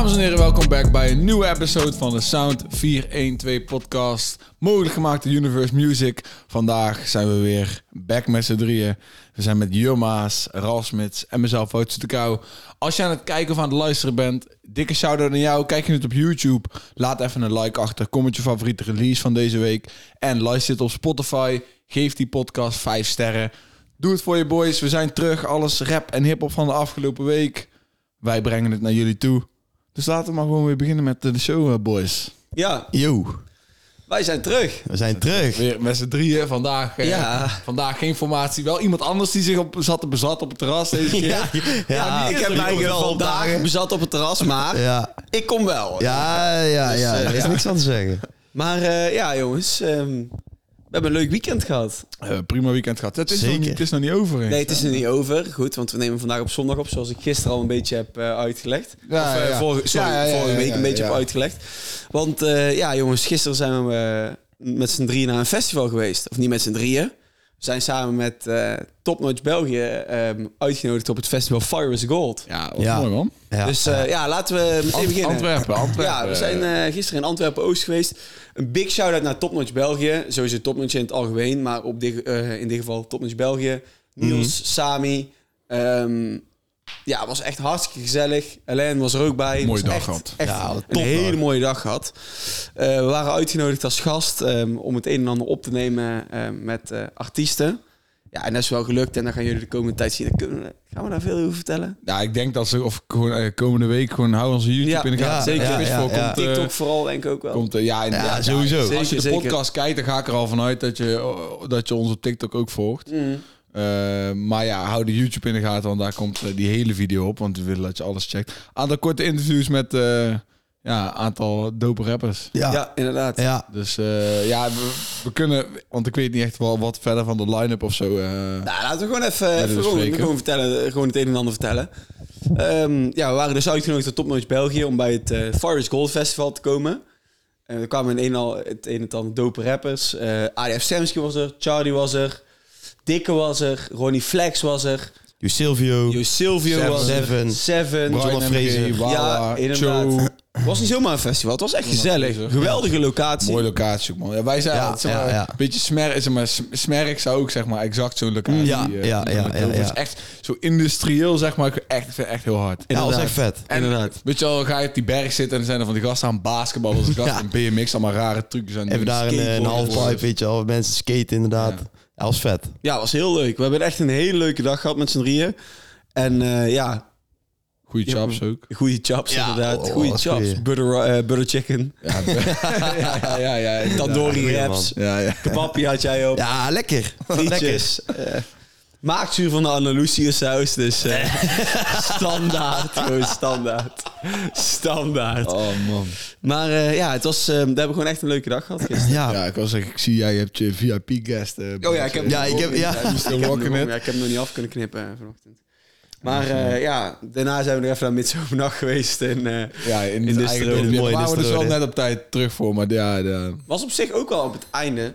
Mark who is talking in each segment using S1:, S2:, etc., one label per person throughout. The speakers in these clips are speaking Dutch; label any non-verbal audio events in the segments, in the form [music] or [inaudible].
S1: en heren, welkom back bij een nieuwe episode van de Sound 412 podcast. Mogelijk gemaakt door Universe Music. Vandaag zijn we weer back met z'n drieën. We zijn met Jumma's, Ralf Smits en mezelf, Wout Kou. Als je aan het kijken of aan het luisteren bent, dikke shout-out aan jou. Kijk je het op YouTube, laat even een like achter. Kom met je favoriete release van deze week. En luister het op Spotify. Geef die podcast 5 sterren. Doe het voor je boys. We zijn terug. Alles rap en hip-hop van de afgelopen week. Wij brengen het naar jullie toe. Dus laten we maar gewoon weer beginnen met de show, eh, boys.
S2: Ja,
S3: Yo,
S2: wij zijn terug.
S3: we zijn terug.
S1: Weer met z'n drieën vandaag. eh,
S2: Ja.
S1: Vandaag geen formatie. Wel iemand anders die zich op, zat te bezat op het terras [laughs] deze keer.
S3: Ja, ja,
S2: ik heb mij wel vandaag bezat op het terras, maar
S3: Ja,
S2: ik kom wel.
S3: ja, ja, ja.
S2: eh,
S3: Er is
S2: ja.
S3: niks aan te zeggen.
S2: Maar eh, ja, jongens, ehm, we hebben een leuk weekend gehad.
S1: Eh, prima weekend gehad. Het is, nog
S3: Zeker.
S1: niet, het is nog niet over. hè.
S2: Nee, het is er niet over. Goed, want we nemen vandaag op zondag op, zoals ik gisteren al een beetje heb eh, uitgelegd.
S1: Ja,
S2: of eh,
S1: ja, ja.
S2: vorige, sorry,
S1: Ja, ja, ja,
S2: vorige
S1: ja,
S2: week
S1: ja,
S2: een beetje
S1: ja.
S2: heb uitgelegd. Want eh, ja, jongens, gisteren zijn we eh, met z'n drieën naar een festival geweest. Of niet met z'n drieën. We zijn samen met eh Topnotch België ehm, uitgenodigd op het festival Fire is Gold.
S1: Ja, wat
S3: Ja.
S1: mooi man.
S3: Ja.
S2: Dus eh, ja, laten we meteen beginnen.
S1: Antwerpen, Antwerpen.
S2: Ja, we zijn eh, gisteren in Antwerpen-Oost geweest. Een big shout-out naar Topnotch België. Sowieso Topnotch in het algemeen, maar op dit, eh, in dit geval Topnotch België.
S1: Mhm.
S2: Niels, Sami. ehm, ja, het was echt hartstikke gezellig. Alain was er ook bij. Het
S1: Mooie
S2: was
S1: dag
S2: echt-
S1: gehad.
S2: Echt
S3: Ja,
S2: een
S3: topdag.
S2: hele mooie dag gehad. Eh, we waren uitgenodigd als gast ehm, om het een en ander op te nemen eh, met eh, artiesten. Ja, en dat is wel gelukt. En dan gaan jullie de komende tijd zien. Dan kunnen we- gaan we daar veel over vertellen?
S1: Ja, ik denk dat ze of gewoon, eh, komende week gewoon houden onze YouTube
S2: Ja,
S1: in de gaten.
S3: ja,
S1: zeker.
S3: ja,
S1: Is
S3: ja,
S1: voor,
S3: ja.
S1: Komt, eh,
S2: TikTok vooral denk ik ook wel.
S1: komt, eh, ja, en-
S3: Ja,
S1: ja,
S3: sowieso.
S1: ja, Als je de
S2: Zeker,
S1: podcast kijkt, dan ga ik er al vanuit dat je, oh, dat je ons op TikTok ook volgt.
S2: Mm.
S1: Eh, maar ja, hou de YouTube in de gaten, want daar komt eh, die hele video op. Want we willen dat je alles checkt. Aantal korte interviews met eh ja, aantal dope rappers.
S2: Ja,
S3: Ja,
S2: inderdaad.
S3: ja.
S1: Dus eh, ja, we, we kunnen... Want ik weet niet echt wel wat verder van de line-up of zo. eh.
S2: Nou, laten we gewoon even,
S1: we
S2: even gewoon,
S1: spreken.
S2: gewoon vertellen, eh, gewoon het een en ander vertellen. Ehm, ja, we waren dus uitgenodigd door Topnotch België om bij het eh Forest Gold Festival te komen. En er kwamen een en al, het een en het ander dope rappers. Eh ADF Semski was er, Charlie was er, Dikke was er, Ronnie Flex was er,
S3: Jo Silvio.
S2: Jo Silvio
S3: Seven.
S2: was er,
S3: Seven.
S2: Seven.
S1: Brian
S3: Jonne
S1: M.G.,
S3: Fraser.
S1: Wawa,
S2: ja, inderdaad.
S1: Joe.
S2: Het was niet zomaar een festival, het was echt gezellig.
S1: Fraser.
S2: Geweldige locatie.
S1: Mooie locatie, ook, man. Ja, wij zijn
S3: Ja,
S1: altijd, zeg
S3: ja,
S1: maar,
S3: ja.
S1: een beetje smerk. Zeg maar, sm- smerk zou ook zeg maar, exact zo'n locatie.
S3: Ja,
S1: eh,
S3: ja,
S1: doen.
S3: ja,
S1: Dat
S3: ja,
S1: is
S3: ja.
S1: echt zo industrieel, zeg maar. Ik Echt, ik vind het echt heel hard.
S3: Ja, dat was
S2: Inderdaad.
S3: echt vet.
S1: En,
S2: Inderdaad.
S1: Weet je wel, ga je op die berg zitten en dan zijn er van die gasten aan basketbal als gasten
S3: [laughs] Ja.
S1: en BMX, allemaal rare trucjes aan het
S3: Even
S1: doen.
S3: daar een, eh, een
S1: Skateboarden.
S3: halfpipe, weet je wel. Mensen skaten inderdaad.
S1: Ja.
S3: Ja, dat was vet.
S2: Ja, was heel leuk. We hebben echt een hele leuke dag gehad met z'n drieën. En eh, ja,
S3: eh,
S1: Goeie chaps
S3: [laughs]
S1: ook.
S2: Goede chops,
S3: Ja,
S2: inderdaad.
S3: oh,
S2: goede
S3: wat
S2: chops.
S3: goeie.
S2: Butter, eh, butter chicken,
S1: Ja, ja, ja, ja, ja.
S2: tandoori
S3: goeie,
S2: wraps,
S1: Ja, ja.
S2: kebabje had jij op,
S3: Ja, lekker. lekker.
S2: frietjes. eh, maakzuur van de Andalusië saus, dus eh, standaard. Gewoon standaard. Standaard.
S1: Oh man.
S2: Maar eh, ja, het was, eh, we hebben gewoon echt een leuke dag gehad gisteren.
S3: Ja,
S1: Ja, ik was zeggen, ik zie jij hebt je VIP-guest.
S2: Oh ja, ik
S1: eh,
S2: heb
S3: Ja, ik heb- ja.
S2: ik heb
S1: Still
S2: hem nog-
S1: rocking it.
S2: ja, ik heb hem nog niet af kunnen knippen eh, vanochtend. Maar eh, ja, daarna zijn we nog even naar Midsomernacht geweest. En, eh,
S1: Ja, in,
S2: In
S1: de
S2: de
S1: eigen
S2: stroom.
S1: dorp.
S3: Mooi in
S1: Daar
S3: de
S1: waren we dus wel
S3: stroom, hè?
S1: net op tijd terug voor, maar ja, ja.
S2: was op zich ook al op het einde.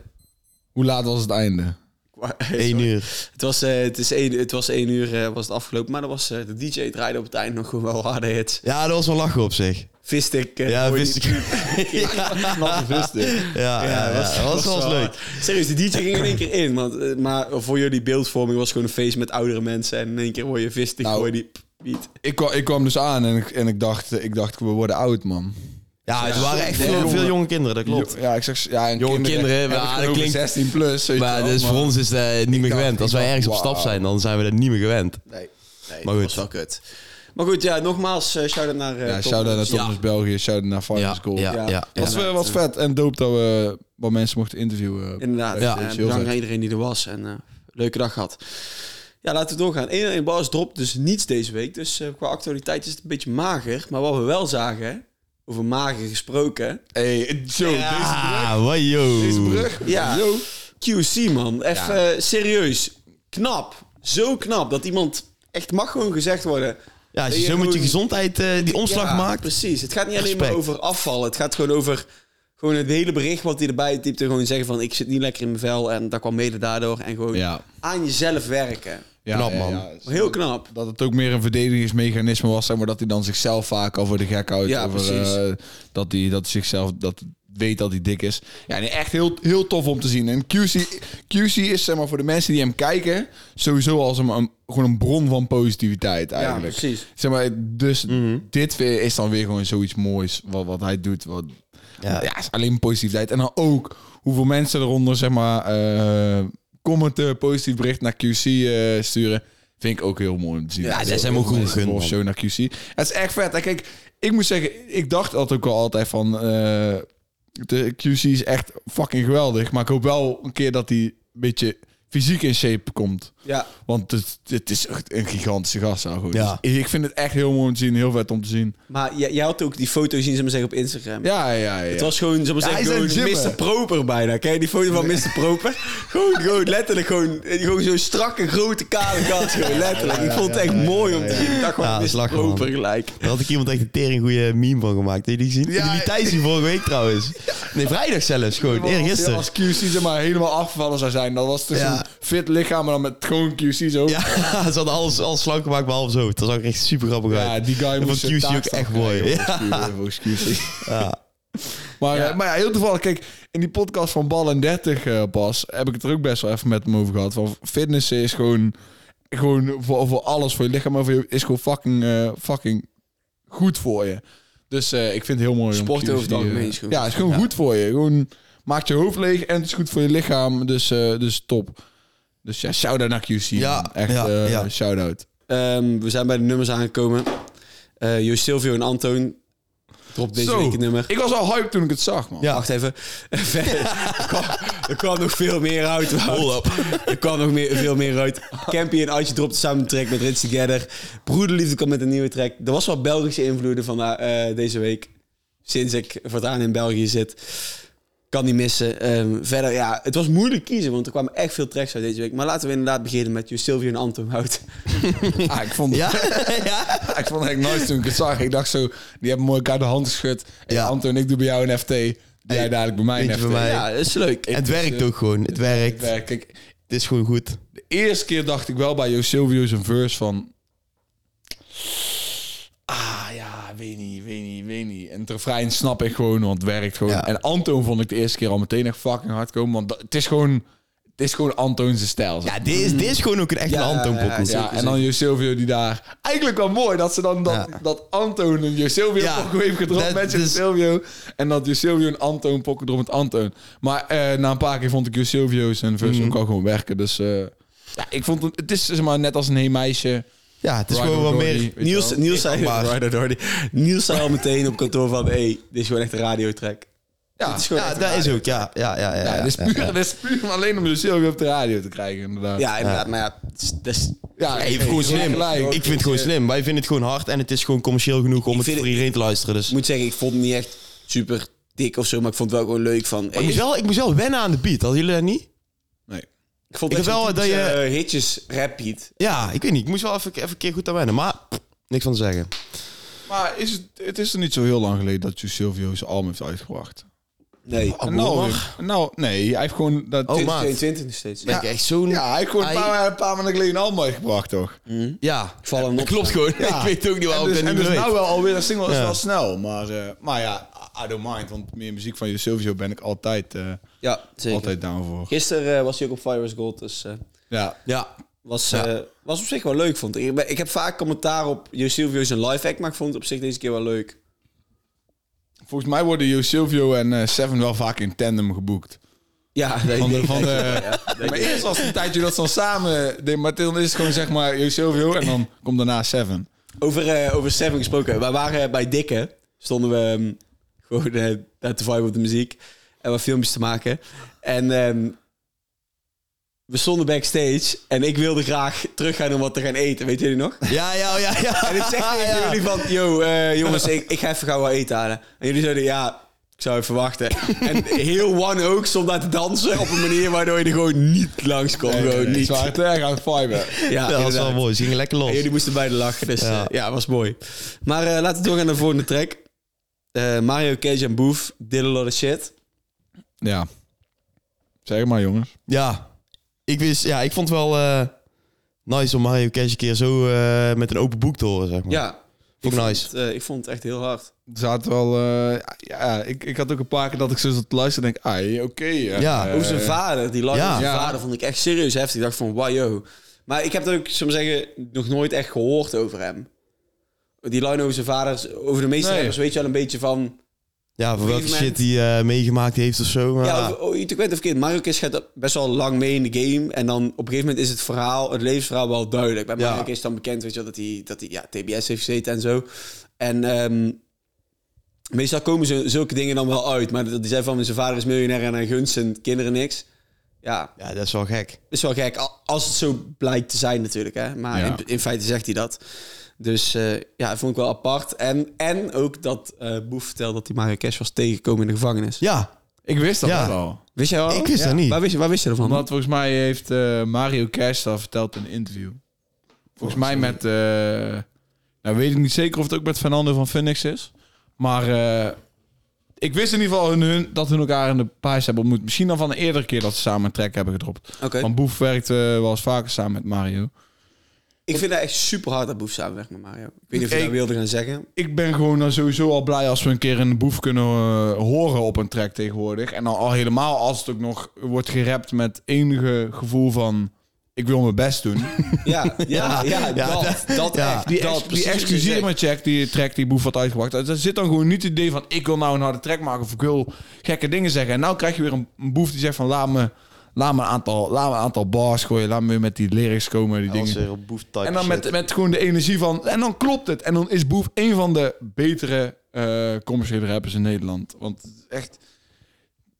S1: hoe laat was het einde?
S2: [laughs]
S3: één uur.
S2: Het was, eh, het, is één, het was één uur eh, was het afgelopen, maar dat was, eh, de DJ draaide op het eind nog gewoon wel harde hits.
S3: Ja, dat was wel lachen op zich.
S2: Vist ik. eh,
S3: Ja, wist ik.
S1: Activisten.
S3: [laughs] Ja, ja, ja, dat was wel eens leuk.
S2: Serieus, de DJ ging in één keer in. Want, eh, maar voor jullie beeldvorming was gewoon een feest met oudere mensen. En in één keer hoor je vistig,
S1: Nou.
S2: hoor je die beat.
S1: Ik, kwa- ik kwam dus aan en ik, en ik, dacht, eh, ik dacht, we worden oud, man.
S3: Ja, er waren echt
S2: Ja,
S3: veel,
S2: jongen.
S3: veel jonge kinderen, dat klopt.
S1: Jo- Ja, ik zeg, ja, en
S3: Jonge kinderen,
S1: heb ik
S3: maar dat
S1: genomen,
S3: klinkt-
S1: 16 plus. weet je
S3: Maar
S1: wel,
S3: dus voor ons is dat niet meer
S1: dacht-
S3: gewend. Als
S1: ik
S3: wij
S1: dacht,
S3: ergens op stap
S1: wauw.
S3: zijn, dan zijn we dat niet meer gewend.
S2: Nee, nee
S3: Maar
S2: dat was
S3: goed.
S2: wel kut. Maar goed, ja, nogmaals, eh, shout-out naar... eh,
S1: Ja,
S2: Tom.
S1: shout-out naar
S2: Ja.
S1: Thomas België, shout-out naar Fire School.
S3: ja,
S2: Ja.
S3: ja. ja.
S1: Was, wel was vet en dope dat we wat mensen mochten interviewen.
S2: Inderdaad.
S3: Ja,
S2: Ja,
S1: dat is heel
S2: bedankt
S1: vet.
S2: aan iedereen die er was. En eh, leuke dag gehad. Ja, laten we doorgaan. 101 Bars dropt dus niets deze week. Dus eh, qua actualiteit is het een beetje mager. Maar wat we wel zagen, over mager gesproken.
S1: Hey, zo,
S3: Ah, wajo.
S1: deze, deze brug.
S2: Ja,
S1: Yo.
S2: QC man. Even
S1: Ja.
S2: eh, serieus. Knap. Zo knap dat iemand... Echt mag gewoon gezegd worden.
S3: Ja, als je zo met je gezondheid eh, die omslag
S2: Ja,
S3: maakt.
S2: Precies. Het gaat niet alleen maar
S3: Respect.
S2: over afval. Het gaat gewoon over Gewoon het hele bericht wat hij erbij typte. Gewoon zeggen van, ik zit niet lekker in mijn vel. En dat kwam mede daardoor. En gewoon
S1: Ja.
S2: aan jezelf werken.
S1: Ja,
S3: Knap,
S1: ja,
S3: man.
S1: ja.
S2: Heel knap.
S1: Dat het ook meer een verdedigingsmechanisme was, zeg maar dat hij dan zichzelf vaak over de gek houdt.
S2: Ja,
S1: over,
S2: precies.
S1: eh, dat hij dat hij zichzelf dat weet dat hij dik is. Ja, nee, echt heel, heel tof om te zien. En QC, QC is zeg maar voor de mensen die hem kijken sowieso als een, een- gewoon een bron van positiviteit eigenlijk.
S2: Ja, precies. Mhm.
S1: Zeg maar, dus dit weer is dan weer gewoon zoiets moois wat, wat hij doet. Wat, ja.
S3: Ja.
S1: is alleen positiviteit. En dan ook hoeveel mensen eronder, zeg maar, eh, commenten, positief bericht naar QC eh, sturen. Vind ik ook heel mooi om te zien.
S2: Ja, dat
S3: is hem ook gewoon gegund,
S1: Een show naar QC. Het is echt vet. En kijk, ik moet zeggen, ik dacht altijd ook wel altijd van... eh, de QC is echt fucking geweldig. Maar ik hoop wel een keer dat hij een beetje fysiek in shape komt.
S2: Ja,
S1: Want het, het is echt een gigantische gast. nou goed.
S3: Ja.
S1: Dus ik vind het echt heel mooi om te zien. Heel vet om te zien.
S2: maar jij, jij had ook die foto zien, ze maar zeggen, op Instagram.
S1: Ja, ja, ja.
S2: Het was gewoon, zullen we
S1: Ja,
S2: zeggen,
S1: hij is aan het
S2: gewoon
S1: gymmen.
S2: Mr. Proper bijna. Ken je die foto van Mr.
S3: [laughs]
S2: Proper? gewoon, gewoon letterlijk, gewoon, gewoon zo'n strakke, grote, kale gast. Gewoon letterlijk. Ik vond het echt mooi om te zien. Ik dacht gewoon,
S3: Ja, dat is
S2: Mr.
S3: lachen, man.
S2: Proper gelijk.
S3: Daar had ik iemand echt een tering goede meme van gemaakt. Heb je die gezien?
S1: Ja,
S3: die Thijs die vorige week trouwens. Nee, vrijdag zelfs. Gewoon,
S1: Als-
S3: eergisteren.
S1: Als QC zeg maar helemaal afgevallen zou zijn, dan was het dus
S3: Ja.
S1: een fit lichaam, maar dan met gewoon QC zo.
S3: Ja, [laughs] ze hadden alles, alles slank gemaakt behalve zo. Dat zag er echt super grappig uit.
S1: Ja, die guy
S3: Dat
S1: moest zijn
S3: vond QC ook
S1: taakstraf
S3: echt mooi.
S1: krijgen,
S3: Ja.
S1: volgens QC. volgens QC.
S3: [laughs] Ja.
S1: Maar, eh, maar ja, heel toevallig, kijk, in die podcast van Bal en 30 eh, Bas, heb ik het er ook best wel even met hem over gehad. Van fitness is gewoon, gewoon voor, voor alles, voor je lichaam, maar voor je, is gewoon fucking, eh, fucking goed voor je. Dus eh, ik vind het heel mooi. om
S2: Sport
S1: QC,
S2: over het
S1: eh,
S2: algemeen is goed.
S1: Ja, het is gewoon goed voor je. Gewoon maakt je hoofd leeg en het is goed voor je lichaam. Dus, eh, dus top. Dus ja, shout-out naar QC.
S3: Ja,
S1: man. echt
S3: ja,
S1: eh,
S3: ja.
S1: shout-out.
S2: Ehm, we zijn bij de nummers aangekomen. Eh Joost Silvio en Antoon. Drop deze
S1: Zo,
S2: week een nummer.
S1: Ik was al hyped toen ik het zag, man.
S3: Ja.
S2: Wacht even. [laughs] Verder, er, kwam, er kwam nog veel meer uit. Wout.
S3: Hold up.
S2: Er kwam nog meer, veel meer
S3: [laughs]
S2: uit. Campy en Adje dropten samen een track met Rits Together. Broederliefde kwam met een nieuwe track. Er was wel Belgische invloeden van eh, deze week. Sinds ik voortaan in België zit. Kan niet missen. Ehm, verder, ja, het was moeilijk kiezen, want er kwamen echt veel tracks uit deze week. Maar laten we inderdaad beginnen met Joost Silvio en Anton Hout.
S1: Ah, ik vond [laughs]
S3: Ja? ja?
S1: ik vond het echt nice toen ik het zag. Ik dacht zo, die hebben mooi elkaar de hand geschud. En
S3: Ja.
S1: Anton, ik doe bij jou een FT. Doe jij
S3: Hey,
S1: dadelijk bij mij een
S3: weet
S1: FT.
S3: je bij mij?
S2: Ja, dat is leuk.
S3: het werkt ook gewoon. Het werkt. Het
S1: Ja, Kijk,
S3: is gewoon goed.
S1: de eerste keer dacht ik wel bij Jo Silvio's een verse van... Ah ja, weet niet, weet niet, weet niet. En het refrein snap ik gewoon, want het werkt gewoon.
S3: Ja.
S1: En Anton vond ik de eerste keer al meteen echt fucking hard komen. Want dat- het is gewoon, het is gewoon Antoon zijn stijl. zeg
S3: Ja, dit is, dit is gewoon ook een echte
S2: Ja,
S3: handtoonpokkel.
S2: ja,
S1: Mm. Ja, en dan Jo Silvio die daar... Eigenlijk wel mooi dat ze dan dat,
S3: Ja.
S1: dat Antoon en Jo Silvio
S3: Ja,
S1: pokken heeft gedropt
S3: dat
S1: met Jo
S3: is-
S1: Silvio. En dat Jo Silvio en Antoon pokken dropt met Antoon. Maar eh, na een paar keer vond ik Jo Silvio zijn verse
S3: Mhm.
S1: ook al gewoon werken. Dus eh, ja, ik vond het... Het is zeg maar net als een hey meisje.
S3: Ja, het is
S1: Ryan
S3: gewoon wat
S1: O'Doherty,
S3: meer...
S1: weet je
S2: Niels,
S1: wel.
S2: Niels, zei,
S3: maar.
S2: Rider Doherty. Niels zei al meteen op kantoor van... hey, dit is gewoon echt een radiotrack.
S1: Ja,
S2: Dit is gewoon
S3: Ah. Ja,
S2: echt een
S3: dat is ook. Ja, ja, ja. ja,
S1: ja,
S3: ja,
S1: dit is
S3: ja.
S1: puur, dit is puur alleen om Jo Silvio op de radio te krijgen, inderdaad.
S2: Ja, inderdaad. Maar ja, het is- dat is...
S1: ja
S3: Hey, gewoon slim.
S1: gelijk.
S3: Ik vind het gewoon slim. Wij vinden het gewoon hard en het is gewoon commercieel genoeg om het
S2: vind
S3: voor
S2: het-
S3: iedereen te luisteren. Dus.
S2: Ik moet zeggen, ik vond het niet echt super dik of zo. Maar ik vond het wel gewoon leuk van...
S3: Ik, moest wel, ik moest wel wennen aan de beat. Hadden jullie dat niet?
S1: Nee.
S2: ik vond
S3: ik
S2: echt
S3: heb wel
S2: zo'n
S3: dat
S2: typische,
S3: je-
S2: eh, hitjes rap beat.
S3: Ja, ik weet niet. Ik moest wel even, even een keer goed aan wennen. Maar pff, niks van te zeggen.
S1: Maar is het, het is er niet zo heel lang geleden dat Jo Silvio zijn album heeft uitgebracht.
S2: Nee.
S1: nou, weer. nou, nee, hij heeft gewoon... Dat,
S3: Oh, maar.
S2: 22 nog steeds.
S3: Ben ik echt zo'n...
S1: Ja, hij heeft gewoon een
S3: Hij-
S1: paar, een paar maanden geleden al meegebracht, toch?
S3: Ja,
S2: val hem op.
S3: dat klopt gewoon.
S1: Ja.
S3: Ik weet ook niet waarom
S1: en
S3: ik
S1: dus,
S3: dat
S1: en
S3: niet
S1: dus
S3: meer
S1: nou
S3: weet.
S1: wel alweer een single is
S3: Ja.
S1: wel snel. Maar, eh, maar ja, I don't mind. Want meer muziek van Jo Silvio ben ik altijd, eh,
S2: Ja, zeker.
S1: altijd down voor.
S2: Gisteren eh, was hij ook op Virus Gold, dus... eh,
S1: Ja.
S3: Ja,
S2: was,
S3: Ja.
S2: eh, was op zich wel leuk, vond ik. Ik, ben- ik heb vaak commentaar op Jo Silvio's een live act, maar ik vond het op zich deze keer wel leuk.
S1: Volgens mij worden Jo Silvio en eh, Seven wel vaak in tandem geboekt.
S2: Ja, dat
S1: Van
S2: ik
S1: de,
S2: denk-
S1: van de, maar eerst was het een tijdje dat ze dan samen... eh, deden, Maar dan is het gewoon zeg maar Jo Silvio en dan komt daarna Seven.
S2: Over, eh, over Seven gesproken. Wij waren bij Dikke. Stonden we ehm, gewoon eh, daar te vibe op de muziek. En wat filmpjes te maken. En ehm, we stonden backstage. En ik wilde graag teruggaan om wat te gaan eten. Weet jullie nog?
S3: ja,
S2: [laughs]
S3: ja, ja. ja.
S2: En ik zeg tegen
S3: [laughs] Ja.
S2: jullie van... Yo, eh, jongens, ik, ik ga even gauw wat eten halen. En jullie zeiden, ja, ik zou even
S3: [laughs]
S2: wachten. En heel one ook stond daar te dansen. Op een manier waardoor je er gewoon niet langs kon. gewoon niet.
S1: Ze waren het erg aan het eh, viben.
S2: Ja,
S3: dat was
S2: inderdaad.
S3: wel mooi. Ze gingen lekker
S2: En
S3: los.
S2: jullie moesten beide lachen, dus eh, ja,
S3: Ja.
S2: was mooi. Maar eh, laten we doorgaan naar de volgende track. eh, Mario, Cage en Boef did a lot of shit.
S1: Ja. Zeg maar, jongens.
S3: Ja, ik, wist, ja, ik vond het wel eh, nice om Mario Cash een keer zo eh, met een open boek te horen, zeg maar.
S2: Ja.
S3: Vond ik
S2: ik
S3: nice.
S2: Vond, het, eh, ik vond het echt heel hard.
S1: Er zaten wel... eh, ja, ik, ik had ook een paar keer dat ik zo zat te luisteren en denk... Ah, oké. eh,
S3: Ja,
S1: eh,
S2: Ook zijn vader, die lach
S3: ja.
S2: van zijn
S1: Ja.
S2: vader vond ik echt serieus heftig. Ik dacht van, wow, yo. Maar ik heb dat ook, zullen we zeggen, nog nooit echt gehoord over hem. Die line over zijn vader, over de meeste
S1: Nee.
S2: rappers weet je wel een beetje van...
S3: Ja, voor
S2: een
S3: welke
S2: gegeven
S3: shit die eh, meegemaakt heeft of zo. maar-
S2: Ja, over- oh, ik weet of kind. Mario Kist gaat best wel lang mee in de game. En dan op een gegeven moment is het verhaal, het levensverhaal wel duidelijk. Bij
S3: Ja.
S2: Mario Kist dan bekend, weet je wel, dat hij, dat hij ja, TBS heeft gezeten en zo. En ehm, meestal komen zo, zulke dingen dan wel uit. Maar dat die zei van, zijn vader is miljonair en hij gunt zijn kinderen niks. Ja,
S3: ja, dat is wel gek.
S2: is wel gek. Al- Als het zo blijkt te zijn natuurlijk. Hè? Maar
S1: Ja.
S2: in, in feite zegt hij dat. Dus eh, ja, dat vond ik wel apart. En, en ook dat eh, Boef vertelde dat hij Mario Cash was tegengekomen in de gevangenis.
S3: Ja,
S1: Ik wist dat
S3: Ja.
S1: wel.
S2: Wist jij wel?
S3: ik wist
S1: Ja.
S3: dat niet.
S2: Waar wist, je- waar wist je ervan?
S1: Omdat volgens mij heeft eh, Mario Cash dat verteld in een interview. Volgens
S3: Oh,
S1: mij met... eh, nou, weet ik niet zeker of het ook met Fernando van Phoenix is. Maar eh, ik wist in ieder geval hun, hun- dat hun elkaar in de paars hebben ontmoet. Misschien al van een eerdere keer dat ze samen een track hebben gedropt.
S2: Oké.
S1: Want Boef werkt eh, wel eens vaker samen met Mario.
S2: Ik vind dat echt super hard dat Boef samenwerkt met Mario. Ik weet niet of je
S1: Ik-
S2: dat wilde gaan zeggen.
S1: Ik ben gewoon dan sowieso al blij als we een keer een boef kunnen eh, horen op een track tegenwoordig. En dan al helemaal als het ook nog wordt gerapt met enige gevoel van... Ik wil mijn best
S2: [laughs]
S1: doen.
S2: Ja, ja, ja,
S3: Ja,
S2: dat, dat
S3: ja.
S2: echt.
S1: Die,
S2: dat,
S1: ex, die
S2: precies dus wat je zegt.
S1: excuseer me check, die track die Boef had uitgebracht. Er zit dan gewoon niet het idee van... ik wil nou een harde track maken of ik wil gekke dingen zeggen. En nou krijg je weer een, een Boef die zegt van... laat me, laat me, een, aantal, laat me een aantal bars gooien. Laat me weer met die lyrics komen. Die dingen.
S3: op boef type
S1: En dan
S3: shit.
S1: met, met gewoon de energie van... En dan klopt het. En dan is Boef een van de betere eh, commerciële rappers in Nederland. Want echt...